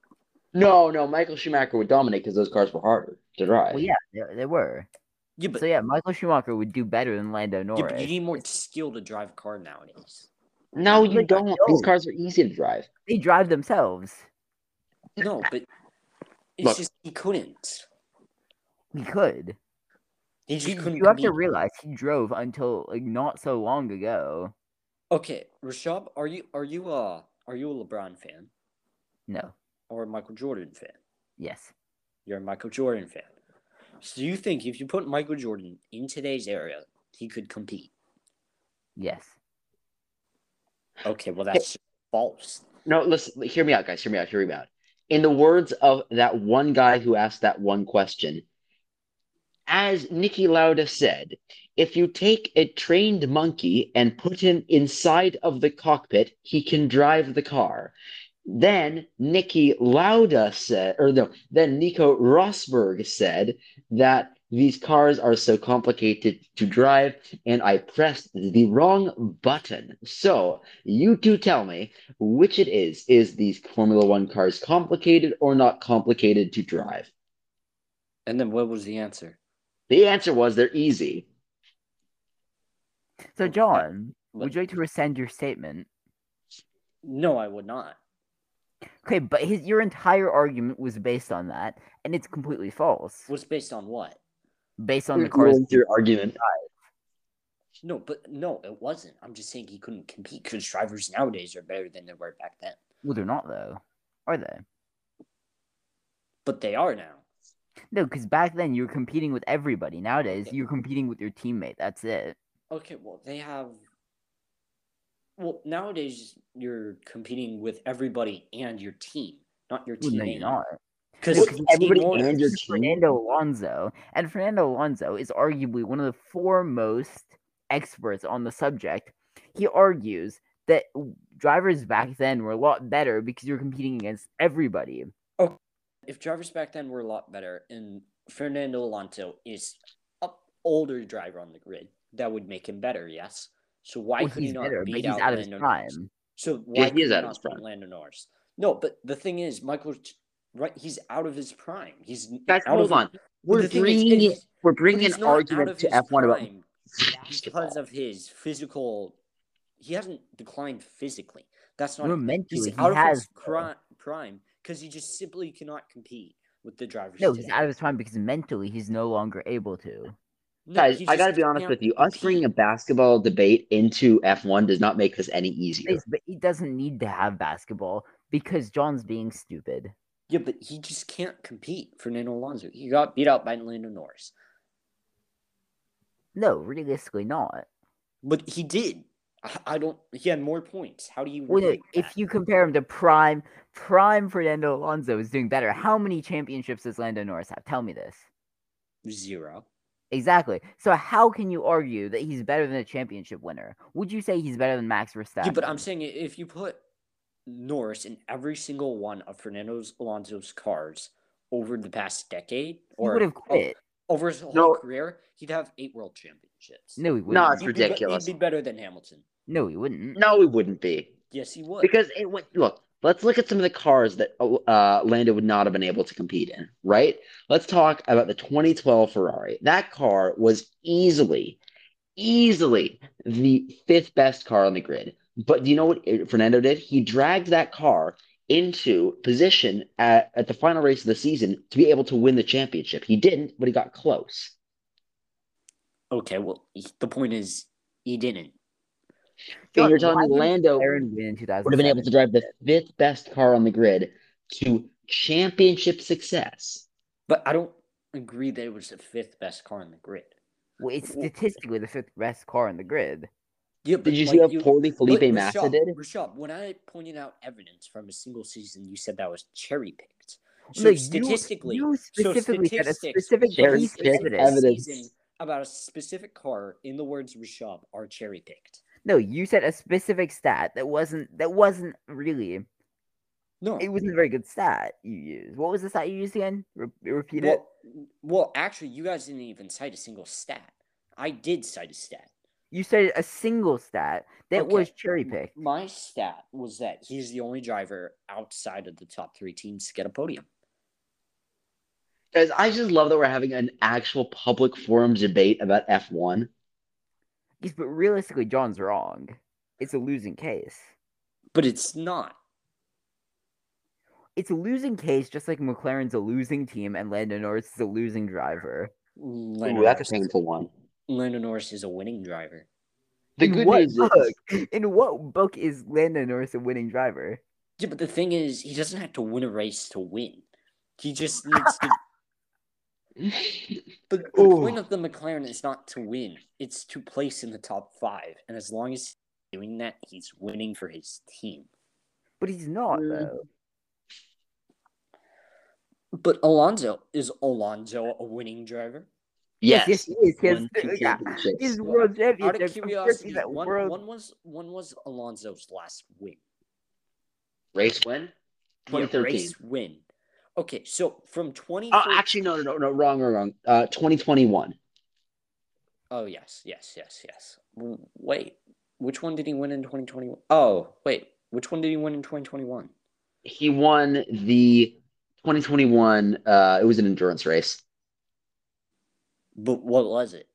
Speaker 3: No, no, Michael Schumacher would dominate because those cars were harder to drive.
Speaker 1: well, yeah, they, they were.
Speaker 2: Yeah, but,
Speaker 1: so yeah, Michael Schumacher would do better than Lando
Speaker 2: yeah, but
Speaker 1: Norris.
Speaker 2: you need more skill to drive a car nowadays.
Speaker 3: No, you
Speaker 1: Like, I
Speaker 3: don't. These
Speaker 1: don't.
Speaker 3: cars are easy to drive.
Speaker 1: They drive themselves.
Speaker 2: No, but it's
Speaker 3: Look.
Speaker 2: just he couldn't.
Speaker 1: He could.
Speaker 2: He just
Speaker 1: He-
Speaker 2: couldn't
Speaker 1: you have to
Speaker 2: compete.
Speaker 1: realize he drove until like not so long ago.
Speaker 2: okay, Rashab, are you are you uh are you a LeBron fan
Speaker 1: No.
Speaker 2: or a Michael Jordan fan?
Speaker 1: Yes.
Speaker 2: You're a Michael Jordan fan. So you think if you put Michael Jordan in today's era, he could compete?
Speaker 1: Yes.
Speaker 2: Okay, well that's false.
Speaker 3: No, listen, hear me out, guys. Hear me out. Hear me out. In the words of that one guy who asked that one question, as Nicky Lauda said, if you take a trained monkey and put him inside of the cockpit, he can drive the car. Then Nicky Lauda said, or no, then Nico Rosberg said that these cars are so complicated to drive, and I pressed the wrong button. So you two tell me which it is. Is these Formula One cars complicated or not complicated to drive?
Speaker 2: And then what was the answer?
Speaker 3: The answer was they're easy.
Speaker 1: So
Speaker 2: Okay.
Speaker 1: John,
Speaker 2: But-
Speaker 1: would you like to rescind your statement?
Speaker 2: No, I would not.
Speaker 1: Okay, but his your entire argument was based on that, and it's completely false.
Speaker 2: Was based on what?
Speaker 1: Based on the
Speaker 3: What
Speaker 1: cars.
Speaker 3: was your argument.
Speaker 2: No, but no, it wasn't. I'm just saying he couldn't compete because drivers nowadays are better than they were back then.
Speaker 1: Well, they're not though, are they?
Speaker 2: But they are now.
Speaker 1: No, because back then you were competing with everybody. Nowadays you're competing with your teammate. That's it.
Speaker 2: Okay, well they have. Well, nowadays you're competing with everybody and your team, not your
Speaker 1: Well,
Speaker 2: teammate.
Speaker 1: no, you're not.
Speaker 2: Because
Speaker 1: Look,
Speaker 3: everybody and your
Speaker 1: This is
Speaker 3: team?
Speaker 1: Fernando Alonso, and Fernando Alonso is arguably one of the foremost experts on the subject. He argues that w- drivers back then were a lot better because you're competing against everybody.
Speaker 2: if drivers back then were a lot better, and Fernando Alonso is a older driver on the grid, that would make him better. Yes. So why
Speaker 1: Well,
Speaker 2: could he
Speaker 1: he's
Speaker 2: not
Speaker 1: better, but
Speaker 2: beat
Speaker 1: he's
Speaker 2: out,
Speaker 1: out of his
Speaker 2: Lando Norris?
Speaker 1: prime.
Speaker 2: So
Speaker 3: Yeah,
Speaker 2: why
Speaker 3: he is
Speaker 2: could
Speaker 3: out of his
Speaker 2: not beat
Speaker 3: prime.
Speaker 2: Lando Norris? No, but the thing is, Michael, right? He's out of his prime. He's n-
Speaker 3: Guys,
Speaker 2: out
Speaker 3: hold
Speaker 2: of,
Speaker 3: on. We're
Speaker 2: the thing is-
Speaker 3: bringing
Speaker 2: is-
Speaker 3: it. We're
Speaker 2: but
Speaker 3: bringing
Speaker 2: he's
Speaker 3: an
Speaker 2: not out
Speaker 3: argument
Speaker 2: of
Speaker 3: to
Speaker 2: his
Speaker 3: F1 about
Speaker 2: prime
Speaker 3: basketball.
Speaker 2: because of his physical. He hasn't declined physically. That's not
Speaker 1: Well,
Speaker 2: it.
Speaker 1: mentally,
Speaker 2: He's
Speaker 1: he
Speaker 2: out of
Speaker 1: has.
Speaker 2: his cri- prime because he just simply cannot compete with the drivers.
Speaker 1: No,
Speaker 2: today.
Speaker 1: he's out of his prime because mentally he's no longer able to.
Speaker 2: No,
Speaker 3: Guys,
Speaker 2: he
Speaker 3: I
Speaker 2: just
Speaker 3: got to be honest
Speaker 2: can't
Speaker 3: with you. Us
Speaker 2: compete.
Speaker 3: bringing a basketball debate into F1 does not make this any easier.
Speaker 1: Yes, But he doesn't need to have basketball because John's being stupid.
Speaker 2: Yeah, but he just can't compete. Fernando Alonso. He got beat out by Lando Norris,
Speaker 1: No, realistically not.
Speaker 2: but he did. I, I don't. He had more points. How do you?
Speaker 1: Well, no,
Speaker 2: debate
Speaker 1: if
Speaker 2: that?
Speaker 1: you compare him to prime, prime Fernando Alonso is doing better. How many championships does Lando Norris have? Tell me this.
Speaker 2: zero.
Speaker 1: Exactly. So how can you argue that he's better than a championship winner? Would you say he's better than Max Verstappen?
Speaker 2: Yeah, but I'm saying i- if you put Norris in every single one of Fernando Alonso's cars over the past decade,
Speaker 1: he
Speaker 2: or
Speaker 1: would have
Speaker 2: o-
Speaker 1: quit.
Speaker 2: over his whole
Speaker 3: No.
Speaker 2: career, he'd have eight world championships.
Speaker 1: No, he
Speaker 3: No,
Speaker 1: wouldn't.
Speaker 3: it's
Speaker 2: He'd be be-
Speaker 3: ridiculous.
Speaker 2: he'd be better than Hamilton.
Speaker 1: No, he wouldn't.
Speaker 3: No, it wouldn't be.
Speaker 2: Yes, he would.
Speaker 3: Because it went, look, let's look at some of the cars that uh, Lando would not have been able to compete in, right? Let's talk about the 2012 Ferrari. That car was easily, easily the fifth best car on the grid. But do you know what Fernando did? He dragged that car into position at, at the final race of the season to be able to win the championship. He didn't, but he got close.
Speaker 2: okay, well, he- the point is, he didn't.
Speaker 3: And you're
Speaker 1: John,
Speaker 3: telling me
Speaker 1: why didn't
Speaker 3: Lando
Speaker 1: McLaren win in 2007.
Speaker 3: would have been able to drive the fifth best car on the grid to championship success.
Speaker 2: But I don't agree that it was the fifth best car on the grid.
Speaker 1: Well, it's
Speaker 2: Well-
Speaker 1: statistically the fifth best car on the grid.
Speaker 2: Yeah,
Speaker 3: Did you see how poorly Felipe
Speaker 2: but
Speaker 3: Massa
Speaker 2: Rashad-
Speaker 3: did?
Speaker 2: Rashad, when I pointed out evidence from a single season, you said that was cherry picked. So
Speaker 1: No, you-
Speaker 2: statistically,
Speaker 1: you,
Speaker 2: so
Speaker 1: specifically said a
Speaker 2: statistics
Speaker 1: specific
Speaker 3: cherry
Speaker 1: piece of
Speaker 3: pick
Speaker 2: every
Speaker 1: evidence.
Speaker 3: evidence.
Speaker 2: season about a specific car, in the words of Rashad, are cherry picked.
Speaker 1: No, you said a specific stat that wasn't that wasn't really.
Speaker 2: No,
Speaker 1: It wasn't a very good stat you used. What was the stat you used again? Re- repeat it.
Speaker 2: well, well, actually, you guys didn't even cite a single stat. I did cite a stat.
Speaker 1: You said a single stat that
Speaker 2: Okay.
Speaker 1: was cherry picked.
Speaker 2: My stat was that he's the only driver outside of the top three teams to get a podium.
Speaker 3: Guys, I just love that we're having an actual public forum debate about F1.
Speaker 1: Yes, but realistically, John's wrong. It's a losing case.
Speaker 2: But it's not.
Speaker 1: It's a losing case, just like McLaren's a losing team and Lando Norris is a losing driver.
Speaker 2: Lando,
Speaker 3: Ooh, that's a
Speaker 2: Norris,
Speaker 3: painful one.
Speaker 2: Lando Norris is a winning driver.
Speaker 3: The
Speaker 1: In
Speaker 3: good
Speaker 1: what
Speaker 3: news
Speaker 1: book?
Speaker 3: is
Speaker 1: In what book is Lando Norris a winning driver?
Speaker 2: Yeah, but the thing is, he doesn't have to win a race to win. He just needs to. But the
Speaker 3: Ooh.
Speaker 2: point of the McLaren is not to win; it's to place in the top five. And as long as he's doing that, he's winning for his team.
Speaker 1: But he's not
Speaker 3: Mm.
Speaker 1: though.
Speaker 2: But Alonso is Alonso a winning driver?
Speaker 3: *laughs* yes,
Speaker 1: yes, he is. He has
Speaker 3: won
Speaker 1: *laughs* th-
Speaker 3: two
Speaker 1: yeah,
Speaker 3: championships.
Speaker 1: He's world
Speaker 2: Out
Speaker 1: championship. Of
Speaker 2: of
Speaker 1: course he's
Speaker 2: curiosity,
Speaker 1: at
Speaker 2: one,
Speaker 1: world.
Speaker 2: one was one was Alonso's last win.
Speaker 3: Race win.
Speaker 2: Yeah,
Speaker 3: 2013.
Speaker 2: race win. Okay, so from twenty.
Speaker 3: Oh, actually, no, no, no, no, wrong, wrong, wrong. Uh, 2021.
Speaker 2: Oh yes, yes, yes, yes. W- Wait, which one did he win in 2021? Oh, wait, which one did he win in 2021?
Speaker 3: He won the 2021. Uh, it was an endurance race.
Speaker 2: But what was it?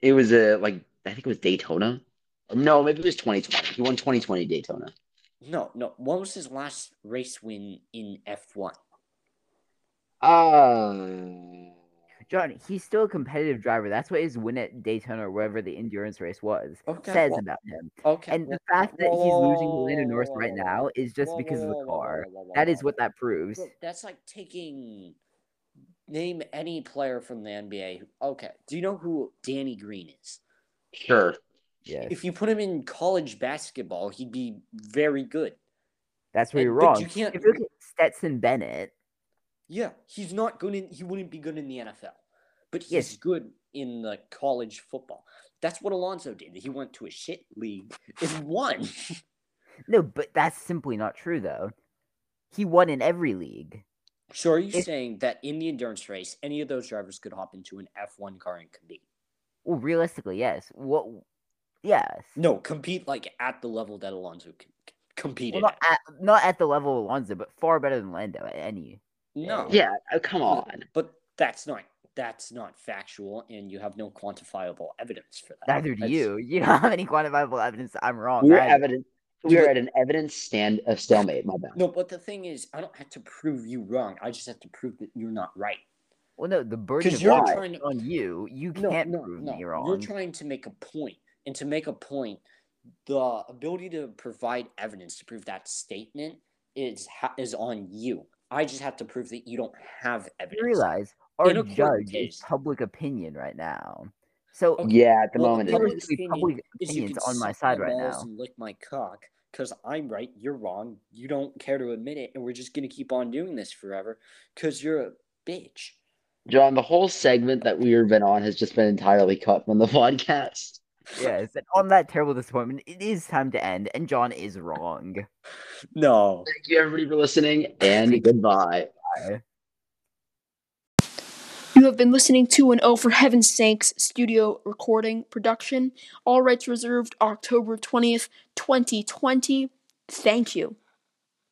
Speaker 3: It was a like I think it was Daytona. No, maybe it was 2020. He won 2020 Daytona.
Speaker 2: No, no. What was his last race win in F1?
Speaker 3: Uh,
Speaker 1: John, he's still a competitive driver. That's what his win at Daytona or wherever the endurance race was
Speaker 2: Okay.
Speaker 1: says
Speaker 2: well,
Speaker 1: about him.
Speaker 2: okay.
Speaker 1: And
Speaker 2: well,
Speaker 1: the fact that he's losing to
Speaker 2: whoa,
Speaker 1: Lando
Speaker 2: whoa,
Speaker 1: Norris
Speaker 2: whoa,
Speaker 1: right
Speaker 2: whoa,
Speaker 1: now is just
Speaker 2: whoa,
Speaker 1: because of
Speaker 2: whoa,
Speaker 1: the
Speaker 2: whoa, whoa,
Speaker 1: car.
Speaker 2: whoa, whoa, whoa,
Speaker 1: That is
Speaker 2: whoa.
Speaker 1: what that proves.
Speaker 2: Bro, That's like taking. Name any player from the NBA. who- Okay. Do you know who Danny Green is?
Speaker 3: sure.
Speaker 1: Yes,
Speaker 2: If you put him in college basketball, he'd be very good.
Speaker 1: that's where
Speaker 2: and-
Speaker 1: you're
Speaker 2: but
Speaker 1: wrong.
Speaker 2: you can't-
Speaker 1: If you look at Stetson Bennett,
Speaker 2: Yeah, he's not good in. He wouldn't be good in the NFL, but he's
Speaker 1: Yes.
Speaker 2: good in the college football. That's what Alonso did. He went to a shit league and won.
Speaker 1: no, but that's simply not true though. He won in every league.
Speaker 2: So are you
Speaker 1: If-
Speaker 2: saying that in the endurance race, any of those drivers could hop into an F one car and compete?
Speaker 1: Well, realistically, yes. What? Yes.
Speaker 2: No, compete like at the level that Alonso c- c-
Speaker 1: Well,
Speaker 2: competed.
Speaker 1: not
Speaker 2: at.
Speaker 1: at not at the level of Alonso, but far better than Lando at any.
Speaker 2: No,
Speaker 3: Yeah. uh, Come on.
Speaker 2: but that's not that's not factual, and you have no quantifiable evidence for that.
Speaker 1: Neither do
Speaker 2: Oh, That's-
Speaker 1: you. *laughs* You don't have any quantifiable evidence. that I'm wrong.
Speaker 3: We're
Speaker 1: either.
Speaker 3: evidence. We're at an evidence stand a stalemate. My bad.
Speaker 2: No, but the thing is, I don't have to prove you wrong. I just have to prove that you're not right.
Speaker 1: Well, no, the burden
Speaker 2: 'Cause
Speaker 1: of
Speaker 2: you're
Speaker 1: proof
Speaker 2: trying
Speaker 1: is
Speaker 2: to-
Speaker 1: on you. You
Speaker 2: No,
Speaker 1: can't
Speaker 2: no,
Speaker 1: prove
Speaker 2: no.
Speaker 1: me wrong.
Speaker 2: You're trying to make a point, and to make a point, the ability to provide evidence to prove that statement is ha- is on you. I just have to prove that you don't have
Speaker 1: you
Speaker 2: evidence.
Speaker 1: realize our
Speaker 2: In a court
Speaker 1: judge
Speaker 2: case-
Speaker 1: is public opinion right now. So
Speaker 2: Okay.
Speaker 3: Yeah, at the
Speaker 2: Well,
Speaker 3: moment.
Speaker 2: the
Speaker 3: it
Speaker 1: public,
Speaker 2: public
Speaker 3: is.
Speaker 2: opinion
Speaker 1: public
Speaker 2: Is you
Speaker 1: opinion's
Speaker 2: can
Speaker 1: on my
Speaker 2: suck my
Speaker 1: side right
Speaker 2: balls
Speaker 1: now.
Speaker 2: and lick my cock because I'm right, you're wrong, you don't care to admit it, and we're just gonna keep on doing this forever because you're a bitch.
Speaker 3: John, the whole segment that we've been on has just been entirely cut from the *laughs* podcast.
Speaker 1: Yes, and on that terrible disappointment, it is time to end, and John is wrong.
Speaker 2: No.
Speaker 3: Thank you, everybody, for listening, and goodbye.
Speaker 4: You have been listening to an Oh For Heaven's Sakes studio recording production. All rights reserved October 20th, 2020. Thank you.